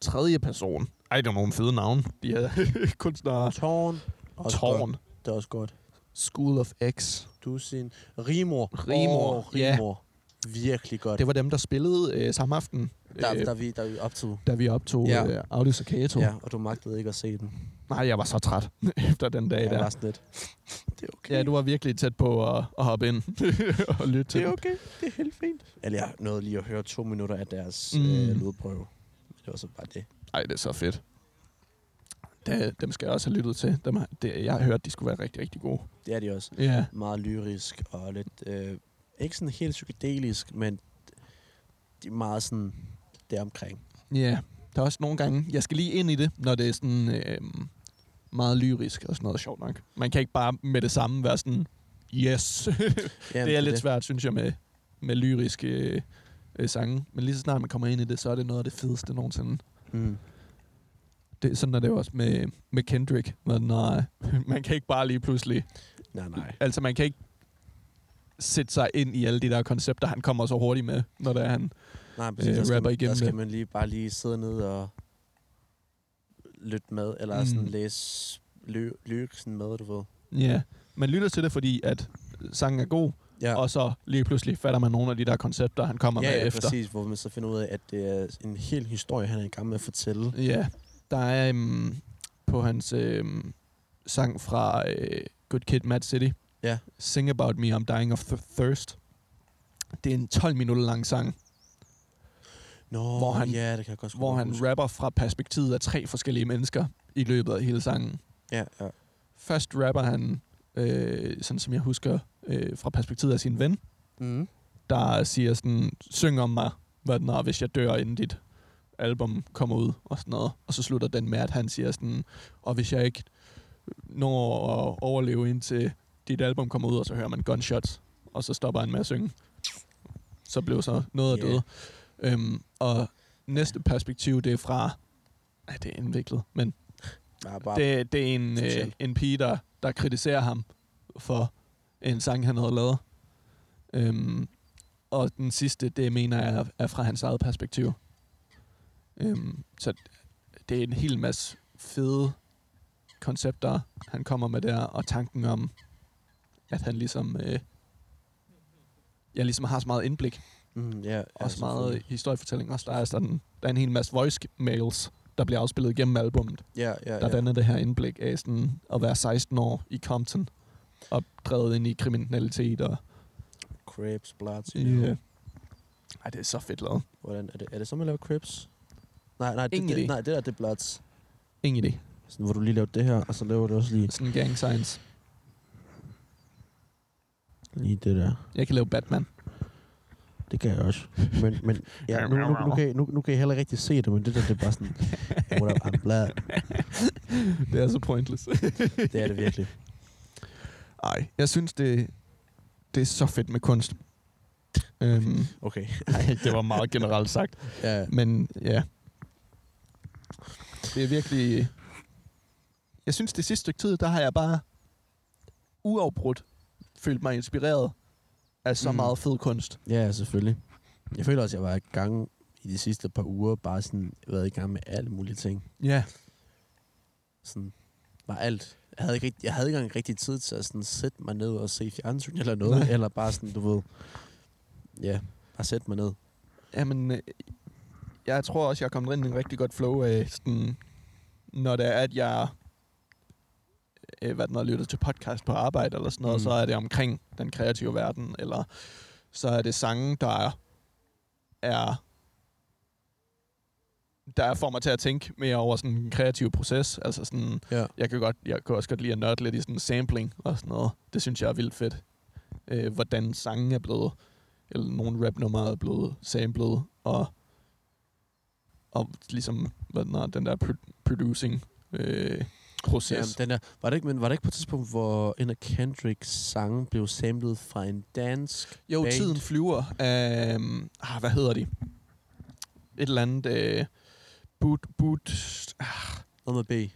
Tredje person. Ej, der er nogle fede navne. De er <laughs> kunstnere.
Tårn. Også Godt.
Tårn.
Det er også godt.
School of X.
Dusin. Rimor.
Rimor,
Åh,
ja.
Rimor. Virkelig godt.
Det var dem, der spillede øh, samme aften,
Der,
øh,
der, er vi, der er vi op til.
da vi optog
Ja.
ja. øh, Audios og Kato. Ja.
Ja, og du magtede ikke at se den.
Nej, jeg var så træt <laughs> efter den dag
Ja,
der.
jeg var sådan lidt. Det er okay.
Ja, du var virkelig tæt på at, at hoppe ind <laughs> og lytte til den.
okay. Det er helt fint. Eller jeg nåede lige at høre to minutter af deres
Mm.
mm. øh, lydprøve. Men Det var så bare det.
Ej, det er så fedt. Det, dem skal jeg også have lyttet til. Dem, har- det, jeg har hørt, de skulle være rigtig, rigtig gode.
Det er de også.
Ja.
Meget lyrisk og lidt... Øh, ikke sådan helt psykedelisk, men de er meget sådan deromkring.
Ja. Der er også nogle gange, jeg skal lige ind i det, når det er sådan øh, meget lyrisk og sådan noget sjovt nok. Man kan ikke bare med det samme være sådan, <laughs> yes.
Jamen,
det er lidt svært, synes jeg, med, med lyriske øh, øh, sange. Men lige så snart man kommer ind i det, så er det noget af det fedeste nogensinde.
Mm.
Det, sådan er det jo også med, med Kendrick. Men nej, <laughs> man kan ikke bare lige pludselig
Nej, nej.
Altså, man kan ikke sætte sig ind i alle de der koncepter, han kommer så hurtigt med, når det er han.
Nej, præcis. Øh, der
rapper
skal, man,
igennem
der
det.
skal man lige bare lige sidde ned og lytte med, eller mm. sådan
Mm.
læse ly- lyriksen med, du ved.
Ja. Man lytter til det, fordi at sangen er god, ja. og så lige pludselig fatter man nogle af de der koncepter, han kommer
ja,
med
ja
efter.
præcis, hvor man så finder ud af, at det er en hel historie, han er i gang med at fortælle.
Ja. Der er um, på hans um, sang fra uh, Good Kid, Mad City,
Ja.
Sing About Me, I'm Dying of th- Thirst. Det er en 12 minutter lang sang,
Nå,
Hvor han-
ja, det kan jeg godt sgu
hvor
godt
han
huske.
rapper fra perspektivet af tre forskellige mennesker i løbet af hele sangen.
Ja, ja.
Først rapper han, øh, sådan som jeg husker, øh, fra perspektivet af sin ven,
Mm.
der siger sådan, syng om mig, hvad den er, hvis jeg dør, inden dit album kommer ud, og sådan noget. Og så slutter den med, at han siger sådan, og hvis jeg ikke når at overleve indtil dit album kommer ud, og så hører man gunshots, og så stopper han med at synge. Så blev så noget af
Ja.
døde. Øhm, og næste perspektiv, det er fra... Ja, det er indviklet, men
Bare, bare, det...
det, det er en, øh,
Social.
en pige, der, der kritiserer ham for en sang, han havde lavet. Øhm, og den sidste, det mener jeg, er- er fra hans eget perspektiv. Øhm, så det er en hel masse fede koncepter, han kommer med der, og tanken om, at han ligesom, øh, ja, ligesom har så meget indblik,
Mm, ja, ja,
og så meget
selvfølgelig.
historiefortælling. Også der er, sådan, der er en hel masse voice mails, der bliver afspillet gennem albummet
Ja, ja,
der
ja.
danner det her indblik af sådan at være 16 år i Compton og drevet ind i kriminalitet. Og,
Crepes, Bloods.
yeah.
Yeah.
Ej, det er så fedt lavet.
Hvordan er det? Er det så, man laver Crepes? Nej, nej,
Ingen
det,
idé.
det, nej, det der, det er Bloods.
Ingen idé.
Sådan, hvor du lige laver det her, og så laver du også lige,
Sådan gang science.
lige det der.
Jeg kan lave Batman. <laughs>
Det kan jeg også. Men, men ja, nu, nu, nu, kan, jeg- nu, nu kan jeg heller ikke rigtig se det, men det der, det er bare sådan, what up, I'm blood.
Det er så pointless.
Det er det virkelig.
Ej, jeg synes, det, det er så fedt med kunst.
<laughs>
Øhm,
Okay.
ej, det var meget generelt sagt.
Ja,
Men ja. Det er virkelig... Jeg synes, det sidste stykke tid, der har jeg bare uafbrudt følt mig inspireret af så mm.
Mm.
meget fed kunst.
ja, selvfølgelig. Jeg føler også, at jeg var i gang i de sidste par uger, bare sådan været i gang med alle mulige ting.
Ja.
sådan, var alt. Jeg havde, ikke, rigt- jeg havde ikke engang rigtig tid til at sådan, sætte mig ned og se fjernsyn eller noget,
Nej.
Nej. eller bare sådan, du ved, ja, bare sætte mig ned.
Jamen, øh, jeg tror også, jeg er kommet ind i en rigtig godt flow af, sådan, når det er, at jeg øh, hvad den har lyttet til podcast på arbejde eller sådan noget,
Mm.
mm. så er det omkring den kreative verden, eller så er det sange, der er der får mig til at tænke mere over sådan en kreativ proces. Altså sådan,
Ja.
jeg kan, godt, jeg kan også godt lide at nørde lidt i sådan sampling og sådan noget. Det synes jeg er vildt fedt. Øh, hvordan sangen er blevet, eller nogle rapnumre er blevet samlet, og, og ligesom hvad den, er, den der pro- producing øh, proces.
Yes. Jamen, den der, var, det ikke, men var det ikke på et tidspunkt, hvor en af Kendricks sange blev samlet fra en dansk?
jo,
band.
tiden flyver. Øhm, ah, hvad hedder de? Et eller andet øh, boot, boot,
Noget med B.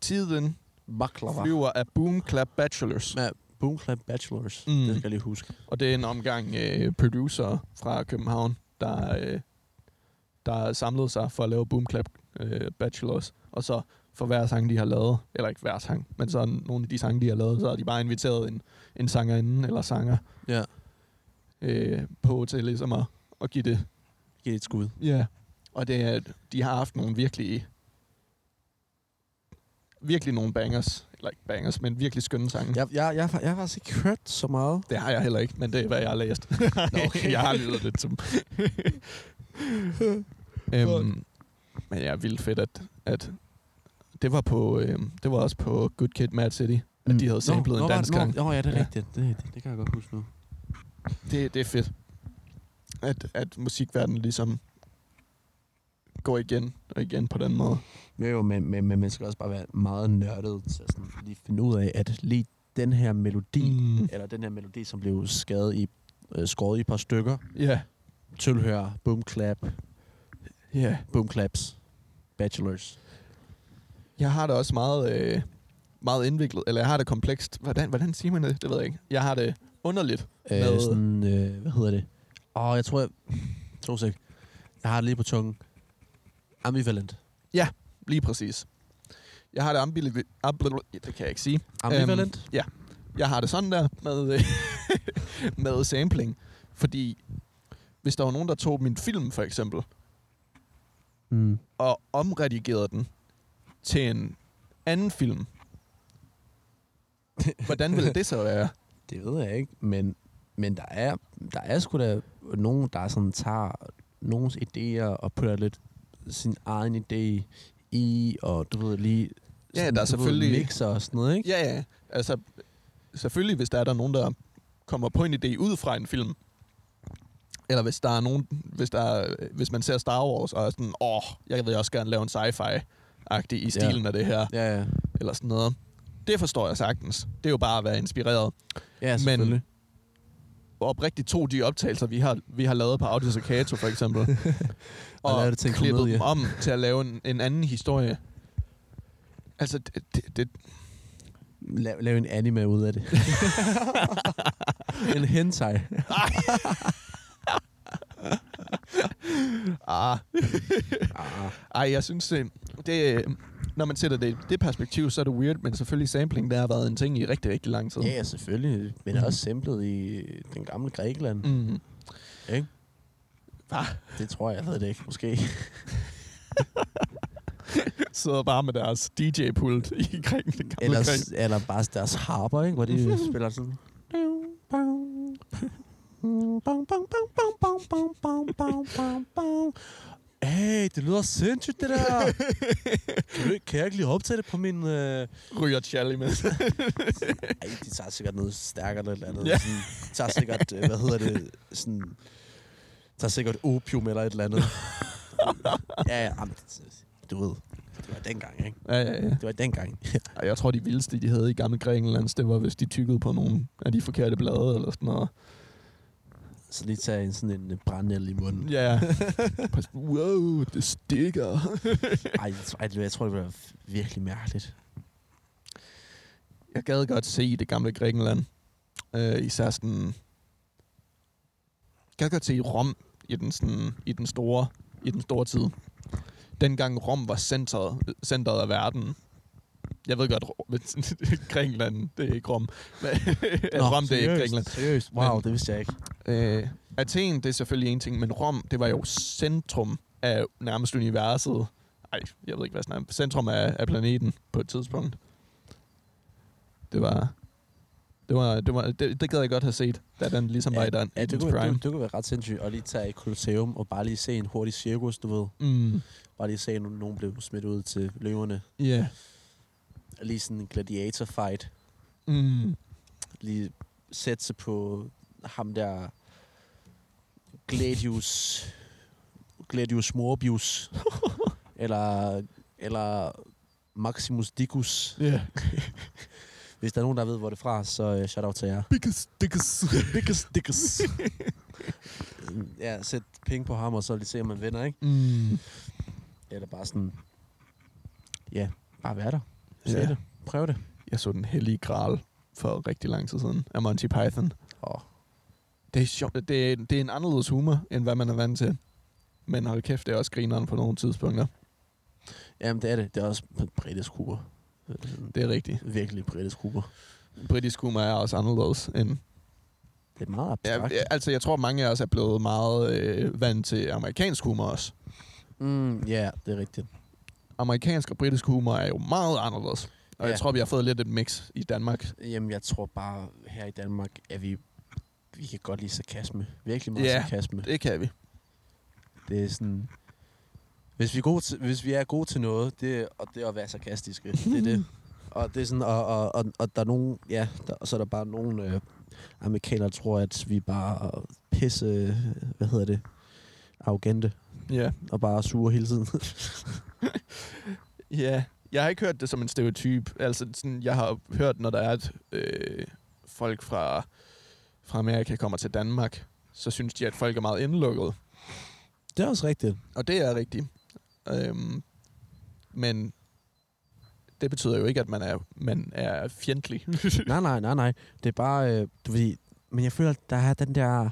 tiden
Baklava.
flyver af Boom Clap Bachelors.
Med Boom Clap Bachelors. Mm.
Mm.
Det skal jeg lige huske.
Og det er en omgang øh, producer fra København, der, øh, der samlede sig for at lave Boom Clap øh, Bachelors. Og så for hver sang, de har lavet, eller ikke hver sang, men så nogle af de sange, de har lavet, så har de bare inviteret en, en sangerinde eller sanger
Ja,
øh, på til ligesom at, at give det.
giv det et skud.
Ja. Og det er, at de har haft nogle virkelig virkelig nogle bangers, eller ikke bangers, men virkelig skønne sange.
Jeg, jeg, jeg, har- jeg har faktisk ikke hørt så
<laughs>
meget.
Det har jeg heller ikke, men det er, hvad jeg har læst.
okay.
jeg har lyttet lidt som... øhm, men jeg er vildt fedt, at, at det var på øhm, det var også på Good Kid, Mad City, at de havde samlet en dansk
gang.
gang.
Mm. Nå, ja, det er ja.
Ja.
rigtigt. Det, det, det, kan jeg godt huske nu.
Det, det er fedt, at, at musikverdenen ligesom går igen og igen på den måde.
Jo, jo, men, men, men man skal også bare være meget nørdet til at sådan lige finde ud af, at lige den her melodi, mm.
Mm.
eller den her melodi, som blev skadet i, øh, skåret i et par stykker,
Ja,
tilhører Boom Clap,
ja.
Boom Claps, Bachelors.
Jeg har det også meget, øh, meget indviklet, eller jeg har det komplekst. Hvordan, hvordan siger man det? Det ved jeg ikke. Jeg har det underligt.
Øh,
Med-
sådan, øh, hvad hedder det? Åh, jeg tror, jeg... To sek. Jeg har det lige på tungen. Ambivalent.
Lige præcis. Jeg har det ambivalent. Det kan jeg ikke sige.
Ambivalent?
Øhm, ja. Jeg har det sådan der med, øh, <laughs> med sampling. Fordi hvis der var nogen, der tog min film for eksempel,
Mm.
og omredigerede den til en anden film, hvordan ville det så være?
Det ved jeg ikke, men, men der, er, der er sgu da nogen, der sådan tager nogens idéer og putter lidt sin egen idé i, og du ved lige...
Ja,
sådan,
der er
du ved,
selvfølgelig-
Mixer og sådan noget, ikke?
Ja, ja. Altså, selvfølgelig, hvis der er der nogen, der kommer på en idé ud fra en film, eller hvis der er nogen, hvis, der er, hvis man ser Star Wars og er sådan, åh, jeg vil også gerne lave en sci-fi-agtig i stilen af det her,
Ja, ja.
eller sådan noget. Det forstår jeg sagtens. Det er jo bare at være inspireret.
Ja,
Men-
selvfølgelig.
Og oprigtigt tog de optagelser, vi har, vi har lavet på Audio Staccato for eksempel,
<laughs> Og
og,
lavede
og
det til en
klippet
komedie.
dem om til at lave en, en anden historie. Altså, det, det, det,
Men... La- lav en anime ud
<laughs>
af det. en hentai.
ah,
Ah,
Ej, jeg synes, det, det, øh, når man sætter det i det perspektiv, så er det weird, men selvfølgelig sampling, der har været en ting i rigtig, rigtig lang tid.
ja, ja, selvfølgelig. Men
Mhm.
også samplet i den gamle Grækenland.
Mm.
Ikke?
Hva?
Det tror jeg, jeg ved det ikke, måske.
Sidder bare med deres DJ-pult i kring det gamle kring.
Ellers, eller bare deres harper, ikke? Hvor de spiller sådan... Hey, det lyder sindssygt, det der. Kan, du, kan jeg ikke lige optage det på min... Øh...
Ryger Charlie med.
Ej, de tager sikkert noget stærkere eller et eller andet. Ja.
Ja.
Sådan, de tager sikkert, øh, hvad hedder det, sådan... de tager sikkert opium eller et eller andet. ja, ja, jamen, det- du ved. Det var dengang, ikke?
ja, ja, ja.
Det var dengang.
Ej, Jeg tror, de vildeste, de havde i gamle Grækenland, det var, hvis de tykkede på nogle af de forkerte blade eller sådan noget.
Så lige tage en sådan en øh, brandel i munden.
Ja. <laughs> Pas- wow, det stikker.
Ej, jeg tror, jeg, jeg tror, det bliver virkelig mærkeligt.
<laughs> Jeg gad godt se det gamle Grækenland. Øh, især sådan... Jeg gad godt se Rom i den, sådan, i den, store, i den store tid. Dengang Rom var centret, centret af verden. Jeg ved godt, Ro- <laughs> men Grækenland, det er ikke Rom. <laughs> Men, Nå, Rom, det er ikke Grækenland.
Seriøst? Wow,
Men-
det vidste jeg ikke.
Øh, Athen, det er selvfølgelig en ting, men Rom, det var jo centrum af nærmest universet. Ej, jeg ved ikke, hvad sådan er. Centrum af, af planeten på et tidspunkt. Det var... Det, var, det, var, det, det gad jeg godt have set, da den ligesom var i den.
ja, det,
Ethan's
kunne, være-
prime.
det, det kunne være ret sindssygt at lige tage i Colosseum og bare lige se en hurtig cirkus, du ved.
Mm.
Bare lige se, at nogen blev smidt ud til løverne.
Yeah.
Lige sådan en gladiator fight.
Mm.
Lige sætte sig på ham der Gladius
<laughs>
Gladius Morbius. eller, eller Maximus Dicus.
Yeah.
Hvis der er nogen, der ved, hvor det er fra, så øh, shout out til jer.
Biggest, biggest.
Dickus, Dickus. øh, ja, sæt penge på ham, og så lige se, om man vinder, ikke?
Mm.
Eller bare sådan... Ja, bare være der. Se
Ja.
det. Prøv det.
Jeg så den hellige gral for rigtig lang tid siden af Monty Python.
Åh.
Det er sjovt. Det er, det er en anderledes humor, end hvad man er vant til. Men hold kæft, det er også grineren på nogle tidspunkter.
Jamen, det er det. Det er også britisk humor. Det er sådan-
Det er rigtigt.
Virkelig britisk humor.
Britisk humor er også anderledes end
Det er meget
Ja,
abstrakt.
ja, altså, jeg tror, mange af os er blevet meget øh, vant til amerikansk humor også.
Mm, ja, det er rigtigt.
Amerikansk og britisk humor er jo meget anderledes. Og ja.
Ja.
jeg tror, vi har fået lidt et mix i Danmark.
Jamen, jeg tror bare, her i Danmark, at vi, vi kan godt lide sarkasme. Virkelig meget
Ja.
sarkasme.
Det kan vi.
Det er sådan... Hvis vi er gode til, hvis vi er gode til noget, det, er- og det er at være sarkastiske, det er det. Og det er sådan, og, og, og, og der er nogen, ja, der, og så er der bare nogen øh, amerikanere, der tror, at vi bare er pisse, øh, hvad hedder det, arrogante,
Ja.
og bare er sure hele tiden. <laughs>
ja. Jeg har ikke hørt det som en stereotyp. Altså, sådan, jeg har hørt, når der er, at øh, folk fra, fra Amerika kommer til Danmark, så synes de, at folk er meget indelukkede.
det er også rigtigt.
Og det er rigtigt. Øhm, men det betyder jo ikke, at man er, man er fjendtlig.
Nej, nej, nej, nej. Det er bare, øh, du ved, men jeg føler, at der er den der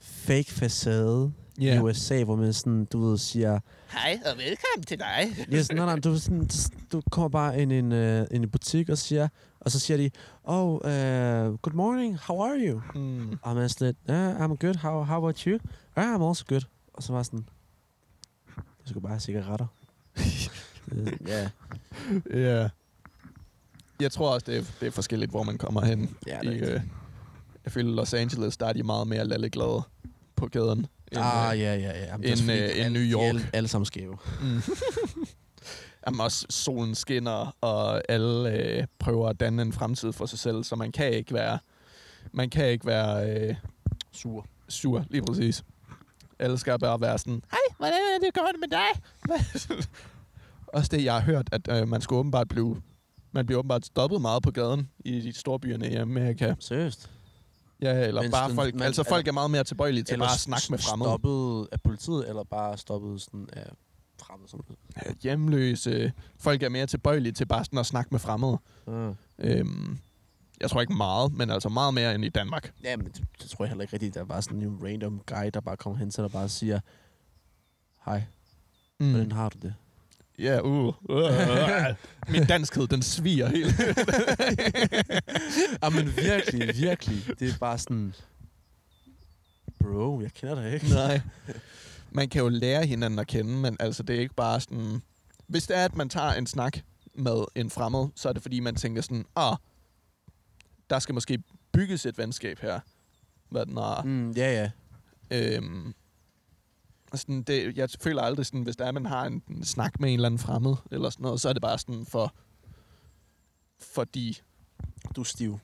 fake facade yeah. i USA, hvor man sådan, du ved, siger,
Hej og velkommen til dig.
<laughs> Yes, nej, nej, du, er sådan, du kommer bare ind i en, uh, en butik og siger, og så siger de, oh, uh, good morning, how are you?
Mm.
Og man er sådan lidt, yeah, I'm good, how, how about you? Yeah, I'm also good. Og så var jeg sådan, jeg skulle bare have
<laughs>
cigaretter. Øh, Ja,
Ja. Jeg tror også, det er, det er forskelligt, hvor man kommer hen.
ja,
I,
det er
øh, jeg føler, Los Angeles, der er de meget mere lalleglade på gaden. end,
Ah,
øh,
ja, ja, ja. Jamen, det
en,
er også fordi,
øh, en
alle-
New
de er
York.
Alle, alle sammen skæve.
<laughs> mm. Jamen også solen skinner, og alle øh, prøver at danne en fremtid for sig selv, så man kan ikke være, man kan ikke være øh,
Sur.
sur, lige præcis. Alle skal bare være sådan, hej, hvordan er det gået med dig? <laughs> Hvad? Også det, jeg har hørt, at øh, man skulle åbenbart blive, man bliver åbenbart stoppet meget på gaden i de store byerne i Amerika.
Seriøst?
Ja, eller
Men
Men bare
sådan,
folk,
man-
man, altså folk
eller-
er meget mere tilbøjelige til bare at snakke med fremmede. Stop.
Stoppet af politiet, eller bare stoppet sådan af fremmede? Sådan.
Hjemløse. Folk er mere tilbøjelige til bare sådan at snakke med fremmede.
Uh.
Øhm, jeg tror ikke meget, men altså meget mere end i Danmark.
Ja, men det, det tror jeg heller ikke rigtigt. Der var sådan en random guy, der bare kommer hen til dig og bare siger, hej,
Mm.
hvordan har du det?
Ja, uh. uh, <laughs> Min danskhed, den sviger helt.
Ja, Ah, men <laughs> virkelig, virkelig. Det er bare sådan, bro, jeg kender dig ikke.
<laughs> Nej. Man kan jo lære hinanden at kende, men altså det er ikke bare sådan... Hvis det er, at man tager en snak med en fremmed, så er det fordi, man tænker sådan, ah, der skal måske bygges et venskab her. Hvad den er. Mm.
Mm, ja, ja.
Øhm, og sådan, det, jeg føler aldrig sådan, hvis der er, at man har en, en snak med en eller anden fremmed, eller sådan noget, så er det bare sådan for... Fordi... <laughs>
Du er stiv.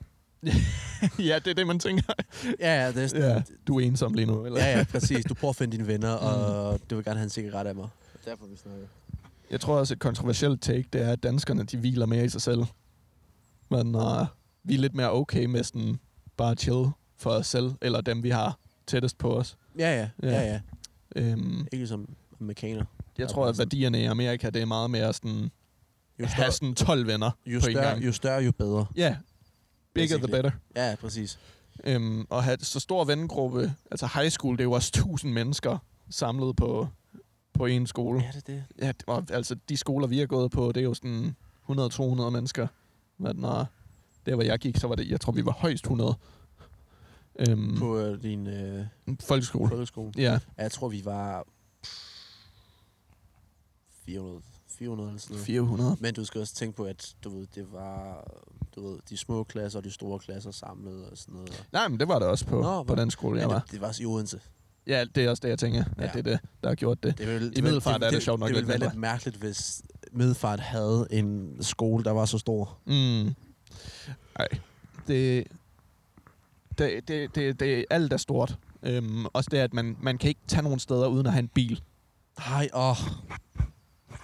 ja, det er det, man tænker.
Ja, ja, Mm. det er sådan,
Ja, du er ensom lige nu, eller?
ja, ja, præcis. Du prøver at finde dine venner, og du vil gerne have en cigaret af mig. Derfor vi snakker.
Jeg tror også, et kontroversielt take, det er, at danskerne, de hviler mere i sig selv. Men øh, vi er lidt mere okay med sådan bare at chill for os selv, eller dem, vi har tættest på os.
Ja, ja,
Ja.
ja, ja.
Øhm,
Ikke som amerikaner.
jeg tror, at værdierne i Amerika, det er meget mere sådan,
Jo
at have
større,
sådan 12 venner
jo
på en
større,
gang.
jo, større, jo bedre.
Ja, yeah. bigger the
Basically.
better.
Ja, præcis.
Øhm, og have så stor vennegruppe, altså high school, det er jo også 1000 mennesker samlet på, på en skole.
Ja, det er det.
Ja, det var, altså de skoler, vi har gået på, det er jo sådan 100-200 mennesker. Men når der, hvor jeg gik, så var det, jeg tror, vi var højst 100. Øhm, på
På øh, din øh,
folkeskole.
folkeskole.
Ja,
Ja, Jeg tror, vi var 400, 400 eller
Mm.
sådan noget.
400.
Men du skal også tænke på, at du ved, det var du ved, de små klasser og de store klasser samlet og sådan noget.
Nej, men det var det også på,
Nå,
Nå, på
hvor-
den skole, jeg
Men
var.
det, det var også i Odense.
Ja, det er også det, jeg tænker, at
Ja.
det er det, der har gjort det.
Det ville, det
Middelfart er det sjovt nok
Det ville
lidt
være
mindre.
lidt mærkeligt, hvis Middelfart havde en skole, der var så stor.
Mm. Ej. Det, det, det, det, det, alt er stort. Øhm, også det, at man, man kan ikke tage nogen steder uden at have en bil.
Nej, åh.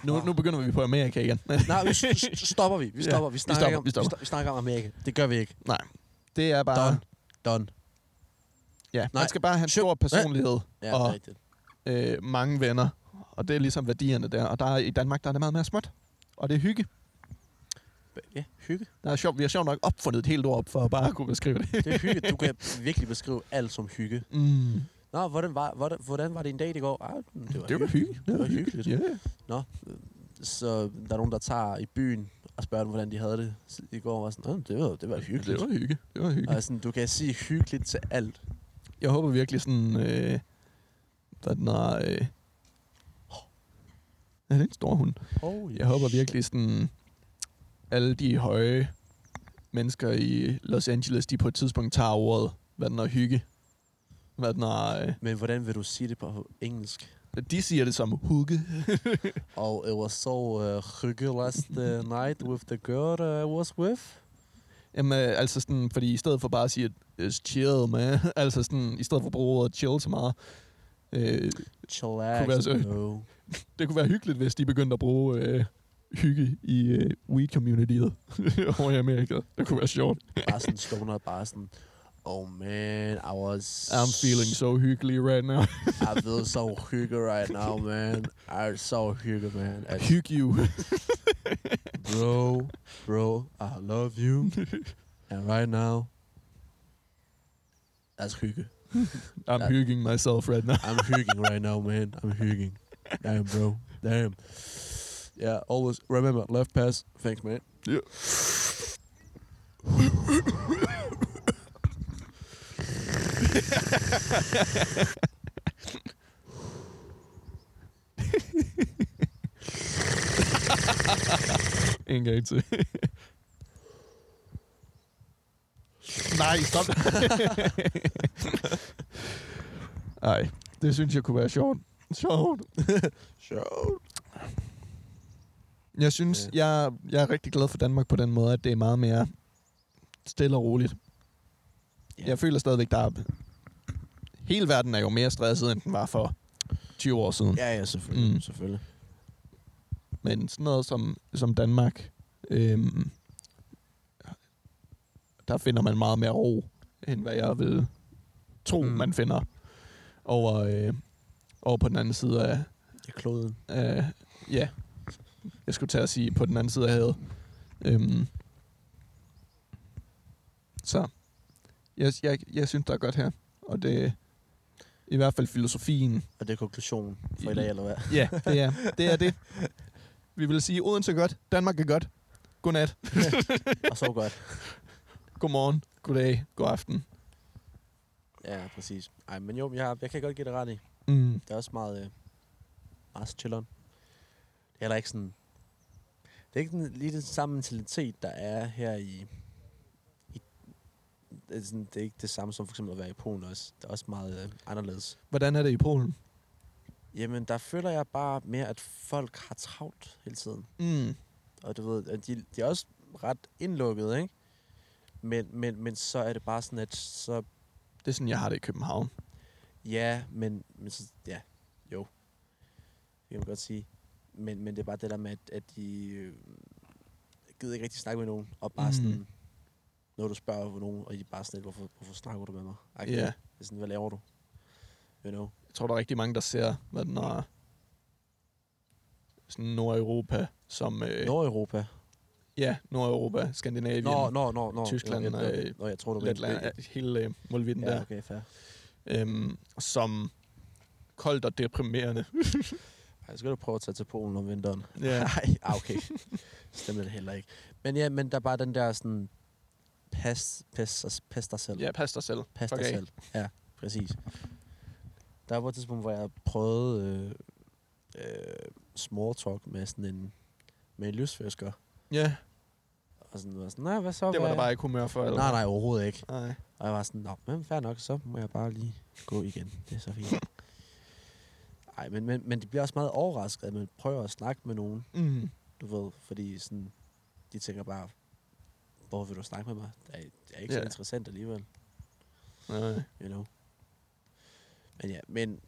Nu,
Wow.
nu begynder vi på Amerika igen.
<laughs> Nej, vi s- s- stopper vi. Vi
<laughs> Ja,
stopper. Vi, snakker,
stopper,
Om,
vi stopper.
sta- vi snakker om Amerika. Det gør vi ikke.
det er bare...
Done. Done.
Ja,
Nej.
man skal bare have en stor personlighed
Ja, det er
Og-
rigtigt.
øh, mange venner. Og det er ligesom værdierne der. Og der er, i Danmark der er det meget mere småt. Og det er hygge.
Ja, hygge.
Der er sjovt, vi har sjovt nok opfundet et helt ord op for at bare kunne beskrive det.
Det er hygge. Du kan virkelig beskrive alt som hygge.
Mm.
Nå, hvordan var, hvordan, hvordan var din dag i går? Ah, det var,
Det var hygge.
Det var hyggeligt.
Ja.
Nå, øh, så der er nogen, der tager i byen og spørger dem, hvordan de havde det s- i går. Og sådan, "Nå, det var, det var hyggeligt.
Det var hygge. Det var hygge.
Og sådan, du kan sige hyggeligt til alt.
Jeg håber virkelig sådan... Øh, hvad den er... Øh, ja, det er en stor hund.
Oh,
Jeg håber virkelig sådan... Alle de høje mennesker i Los Angeles, de på et tidspunkt tager ordet, hvad den er hygge. Hvad den er... Øh,
Men hvordan vil du sige det på engelsk?
de siger det som hugge. <laughs>
Og it was so uh, hygge last uh, night with the girl uh, I was with.
Jamen, øh, altså sådan, fordi i stedet for bare at sige, it's chill, man. <laughs> altså sådan, i stedet for at bruge ordet chill så meget. Øh, Kunne være
Chillax,
så-
no.
det kunne være hyggeligt, hvis de begyndte at bruge øh, hygge i øh, weed-communityet <laughs> over i Amerika. Det kunne være sjovt.
Bare sådan stoner, bare sådan, oh man, I was...
I'm feeling so hyggelig right now.
I feel so hygge right now, man. I'm so hygge, man.
<laughs>
And
Hygge you.
bro, bro, I love you. And right now, that's hygge.
I'm
Ja.
hygging myself right now. <laughs>
I'm hygging right now, man. I'm hygging. Damn, bro. Damn. Yeah, always remember left pass. Thanks, man.
Yeah. en gang til. <laughs> Nej, stop. <laughs> Nej, det synes jeg kunne være sjovt. Sjovt.
Sjovt.
Jeg synes,
Ja.
ja. jeg, jeg er rigtig glad for Danmark på den måde, at det er meget mere stille og roligt.
Ja.
Ja. Jeg føler stadigvæk, der er... Hele verden er jo mere stresset, end den var for 20 år siden. Ja.
Ja, ja, selvfølgelig. Mm.
Mm.
selvfølgelig.
Men sådan noget som, som Danmark, øhm, der finder man meget mere ro, end hvad jeg vil tro,
Mm.
mm. man finder over, øh, over på den anden side af,
Det er kloden.
Øh, ja. Jeg skulle tage at sige på den anden side af havet. Øhm. Så. Jeg, jeg, jeg synes, der er godt her. Og det i hvert fald filosofien.
Og det er konklusionen for i
I-
dag, eller hvad?
Ja, det er det. Er det. Vi vil sige, Odense er godt, Danmark er godt. Godnat,
Og så godt.
godmorgen, goddag, god aften.
Ja, præcis. Ej, men jo, jeg, har, jeg kan godt give det ret i.
Mm.
Det er også meget, øh, meget chilleren. Det er heller ikke sådan... Det er ikke den, lige den samme mentalitet, der er her i... i det, er sådan, det er ikke det samme som for eksempel at være i Polen også. Det er også meget øh, anderledes.
Hvordan er det i Polen?
Jamen, der føler jeg bare mere, at folk har travlt hele tiden.
Mm.
Og du ved, at de, de er også ret indlukkede, ikke? Men, men, men så er det bare sådan, at så...
Det er sådan, jeg har det i København.
Ja, men, men så, ja, jo. Det kan man godt sige. Men, men det er bare det der med, at, at de øh, gider ikke rigtig snakke med nogen, og bare mm.
Mm.
sådan, når du spørger for nogen, og de er bare sådan lidt, hvorfor, hvorfor snakker du med mig?
Ja. Yeah.
Det er sådan, hvad laver du? You know?
Jeg tror, der er rigtig mange, der ser, hvad den er, sådan Nordeuropa som... Øh,
Nordeuropa.
Ja, Nordeuropa, Skandinavien,
Nå, nå, nå, nå.
Tyskland
jeg, jeg,
og,
jeg, nå, jeg tror, du mente
Letland, ja,
Belgien.
hele øh, målvitten ja.
Ja,
der,
okay, fair.
øhm, som koldt og
<laughs>
deprimerende.
Ej, så skal du prøve at tage til Polen om vinteren.
Ja.
Nej, ah, okay. Stemmer det heller ikke. Men ja, men der er bare den der sådan, pas, pas, og- pas dig selv.
ja, pas dig selv.
pas dig
fuck af.
selv. Ja, præcis. Der var et tidspunkt, hvor jeg prøvede øh, øh, small talk med sådan en med en lystfisker.
Ja,
Og sådan, var sådan, nej, hvad så?
det var
hvad?
der bare ikke humør for. Eller?
Nej, nej, overhovedet ikke.
nej.
Og jeg var sådan, nå, men fair nok, så må jeg bare lige gå igen. Det er så
<laughs>
fint. Nej, men, men, men de bliver også meget overrasket, at man prøver at snakke med nogen,
Mm.
du ved, fordi sådan, de tænker bare, hvor vil du snakke med mig? Det er, det er ikke
Ja.
så interessant alligevel,
nej.
you know. Men ja, men,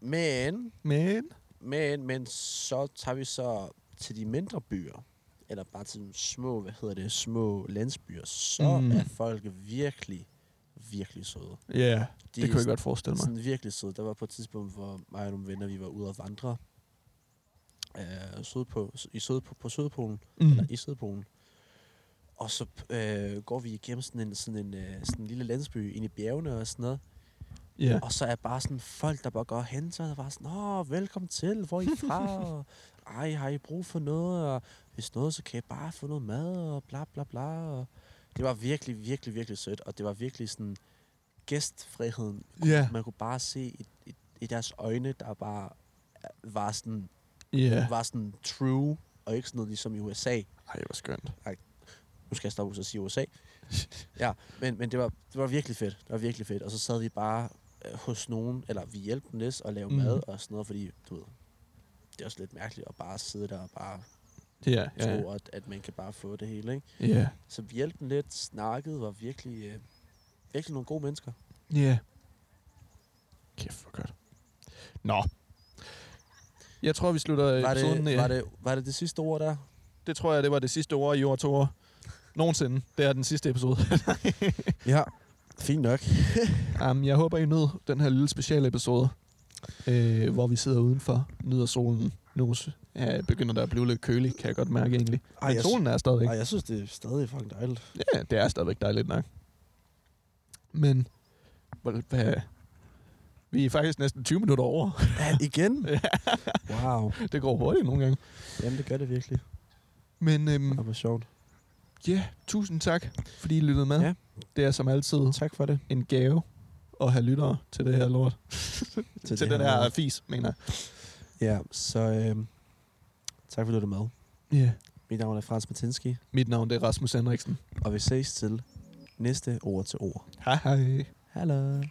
men,
Men,
men, men så tager vi så til de mindre byer, eller bare til nogle små, hvad hedder det, små landsbyer, så
Mm.
mm. er folk virkelig, virkelig søde.
ja, yeah, det
De er
kunne jeg
sådan-
godt forestille mig.
sådan virkelig sød. Der var på et tidspunkt, hvor mig og nogle venner, vi var ude og vandre øh, Sydpå, i Sydpå, på Sydpolen,
Mm.
eller i Sydpolen. Og så øh, går vi igennem sådan en, sådan en, øh, sådan en lille landsby ind i bjergene og sådan noget.
Ja.
Og så er bare sådan folk, der bare går hen til os og bare sådan, Åh, velkommen til, hvor er I fra? og, Ej, har I brug for noget? Og hvis noget, så kan I bare få noget mad og bla bla bla. Og det var virkelig, virkelig, virkelig sødt. Og det var virkelig sådan gæstfriheden
Ja,
man kunne bare se i, i, i deres øjne, der bare øh, var sådan,
ja.
var sådan true, og ikke sådan noget ligesom i USA.
Ej, hvor skønt.
Nu skal jeg stoppe med at sige <laughs> USA. ja, men, men det, var, det var virkelig fedt. Det var virkelig fedt. Og så sad vi bare øh, hos nogen, eller vi hjalp dem lidt og lave
Mm.
mm. mad og sådan noget, fordi du ved, det er også lidt mærkeligt at bare sidde der og bare
Ja,
ja.
ja,
tro, at, at man kan bare få det hele. Ikke?
ja.
Så vi hjalp dem lidt, snakkede, var virkelig, øh, virkelig nogle gode mennesker.
Ja. Kæft, hvor godt. Nå. Jeg tror, vi slutter
Var
episoden.
det,
øh,
var, det, var det det sidste ord der?
det tror jeg, det var det sidste ord i år to år. Nogensinde. Det er den sidste
<laughs>
episode.
Ja, fint nok.
um, jeg håber, I nød den her lille speciale episode, øh, hvor vi sidder udenfor, nyder solen. Nu ja, begynder der at blive lidt kølig, kan jeg godt mærke egentlig.
Ej,
Men
jeg-
solen er stadigvæk.
Ej, jeg synes, det er stadig fucking dejligt.
Ja, det er stadigvæk dejligt nok. Men, hvor- hvad, vi er faktisk næsten 20 minutter over.
<laughs>
<laughs>
Ja, igen? wow.
Det går hurtigt nogle gange.
Jamen, det gør det virkelig.
Men øhm,
Det var sjovt.
Ja, yeah, tusind tak, fordi I lyttede med. Ja.
Ja.
Det er som altid
Tak for det.
en gave at have lyttere til det her
<laughs>
lort. til, til
det
den
her
her
lort.
fis, mener jeg.
Ja, så øhm, tak for at du lyttede med.
Yeah.
Mit navn er Frans Matinski,
Mit navn det er Rasmus Henriksen.
og vi ses til næste ord til ord.
Hej hej.
Hallo.